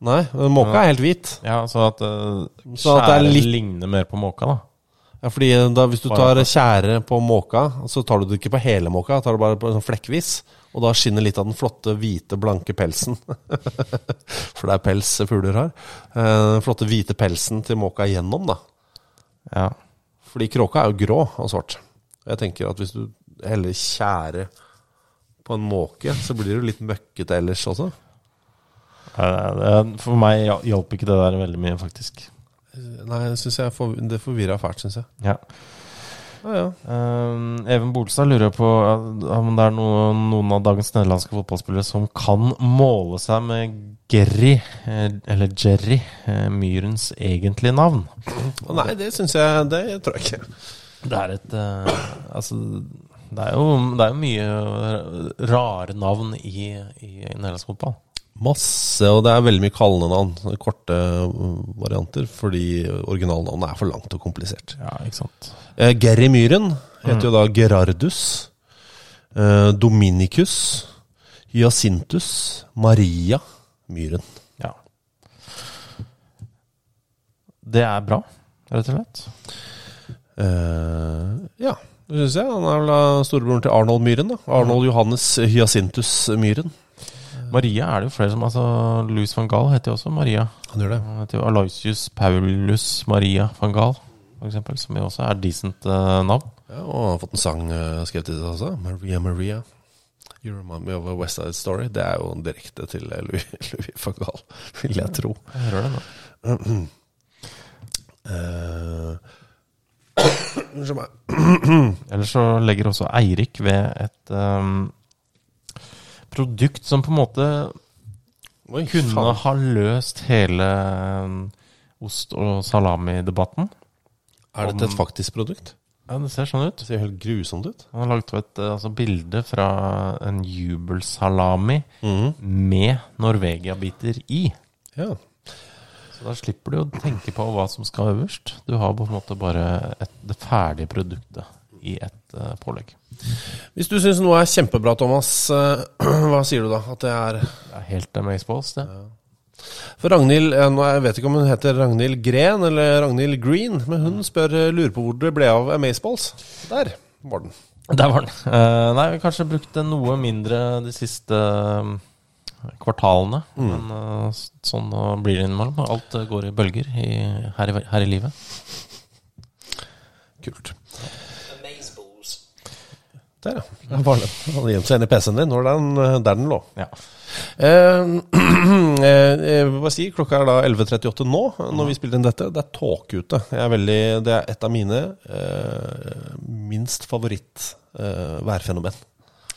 Nei, men måka er helt hvit.
Ja, så at eh,
Så at det er
skjære
litt-
ligner mer på måka, da.
Ja, fordi da, Hvis du tar tjære på måka, så tar du det ikke på hele måka, tar det bare på sånn flekkvis. Og da skinner litt av den flotte, hvite, blanke pelsen. For det er pels fugler har. Eh, Den flotte, hvite pelsen til måka igjennom, da.
Ja.
Fordi kråka er jo grå og svart. Og Jeg tenker at hvis du heller tjære på en måke, så blir du litt møkkete ellers også.
Eh, det- For meg hja- hjalp ikke det der veldig mye, faktisk.
Eh, Nei, det synes jeg for, det forvirra fælt, syns jeg.
Ja.
Ja, ja.
Eh, Even Bolstad lurer på eh, om det er noen, noen av dagens nederlandske fotballspillere som kan måle seg med Gerry, eh, eller Jerry, eh, Myrens egentlige navn.
Å, Nei, det syns jeg Det tror jeg ikke.
Det er et eh, Altså, det er jo, det er jo mye ra- rare navn i, i, i nederlandsk fotball.
Masse, og det er veldig mye kallenavn. sånne Korte øh, varianter, fordi originalnavnet er for langt og komplisert.
Ja, ikke sant.
Eh, Gerry Myhren heter jo da Gerardus. Eh, Dominicus. Hyacintus. Maria Myhren.
Ja. Det er bra, rett og slett.
Eh, ja, det syns jeg. Han er vel da storebroren til Arnold Myhren. da Arnold Johannes Hyacintus Myhren.
Maria er det jo flere som altså, Louis van Gaal heter jo også Maria.
Han gjør det.
Han heter jo Aloysius Paulus Maria van Gaal, for eksempel, som jo også er decent eh, navn.
Ja, og han har fått en sang eh, skrevet til seg også. Maria Maria. You remind me of a West Side Story. Det er jo en direkte til eh, Louis, Louis van Gaal, vil jeg tro.
Jeg hører det nå.
Eh, Unnskyld meg.
Eller så legger også Eirik ved et ehm, produkt som på en måte
Oi,
kunne
faen.
ha løst hele ehm, ost- og salami-debatten.
Er dette et faktisk produkt?
Ja, det ser sånn ut.
Det ser helt grusomt ut.
Han har laget et eh, altså, bilde fra en jubelsalami med Norvegia-biter i.
Ja.
Så da slipper du å tenke på hva som skal øverst. Du har på en måte bare et, det ferdige produktet i et eh, pålegg.
Hvis du syns noe er kjempebra, Thomas, eh, hva sier du da? At det er
Det er helt amazeballs, det.
For Ragnhild eh, nå, Jeg vet ikke om hun heter Ragnhild Gren eller Ragnhild Green, men hun spør, eh, lurer på hvor det ble av Amazeballs. Der var den.
Der var den. Eh, nei, vi har kanskje brukt den noe mindre de siste eh, kvartalene. Men eh, s- sånn eh, blir det innimellom. Alt eh, går i bølger i, her, i, her i livet.
Kult. eh, Der, ja. Der var den. Han hadde gjemt seg inn i PC-en din når den, der den lå.
Ja.
Eh, eh, jeg vil bare si, klokka er da 11.38 nå, når vi spiller inn dette. Det er tåke ute. Jeg er veldig, det er et av mine eh, minst favoritt eh, værfenomen.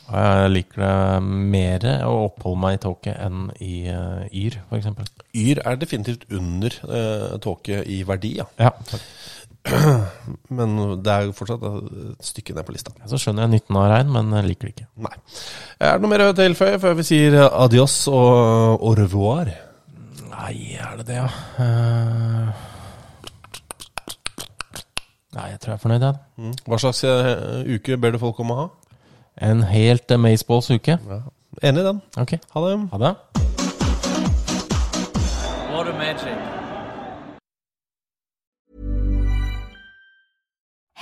Og Jeg liker det mer å oppholde meg i tåke enn i uh, yr, f.eks.
Yr er definitivt under eh, tåke i verdi, ja.
Ja, takk.
Men det er jo fortsatt et stykke ned på lista.
Så skjønner jeg nytten av regn, men jeg liker det ikke.
Nei. Er det noe mer å tilføye før vi sier adios og au revoir?
Nei, er det det, ja? Eh, Nei, jeg tror jeg er fornøyd, jeg.
Hva slags eh, uke ber du folk om å ha?
En helt eh, Mazeballs uke.
Enig i den.
Ok,
Ha det.
ha det.
What a magic.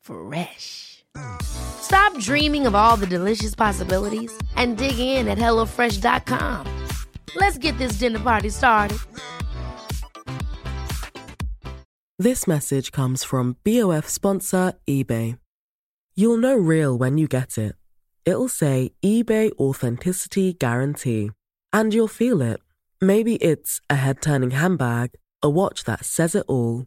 Fresh. Stop dreaming of all the delicious possibilities and dig in at HelloFresh.com. Let's get this dinner party started.
This message comes from BOF sponsor eBay. You'll know real when you get it. It'll say eBay Authenticity Guarantee. And you'll feel it. Maybe it's a head turning handbag, a watch that says it all,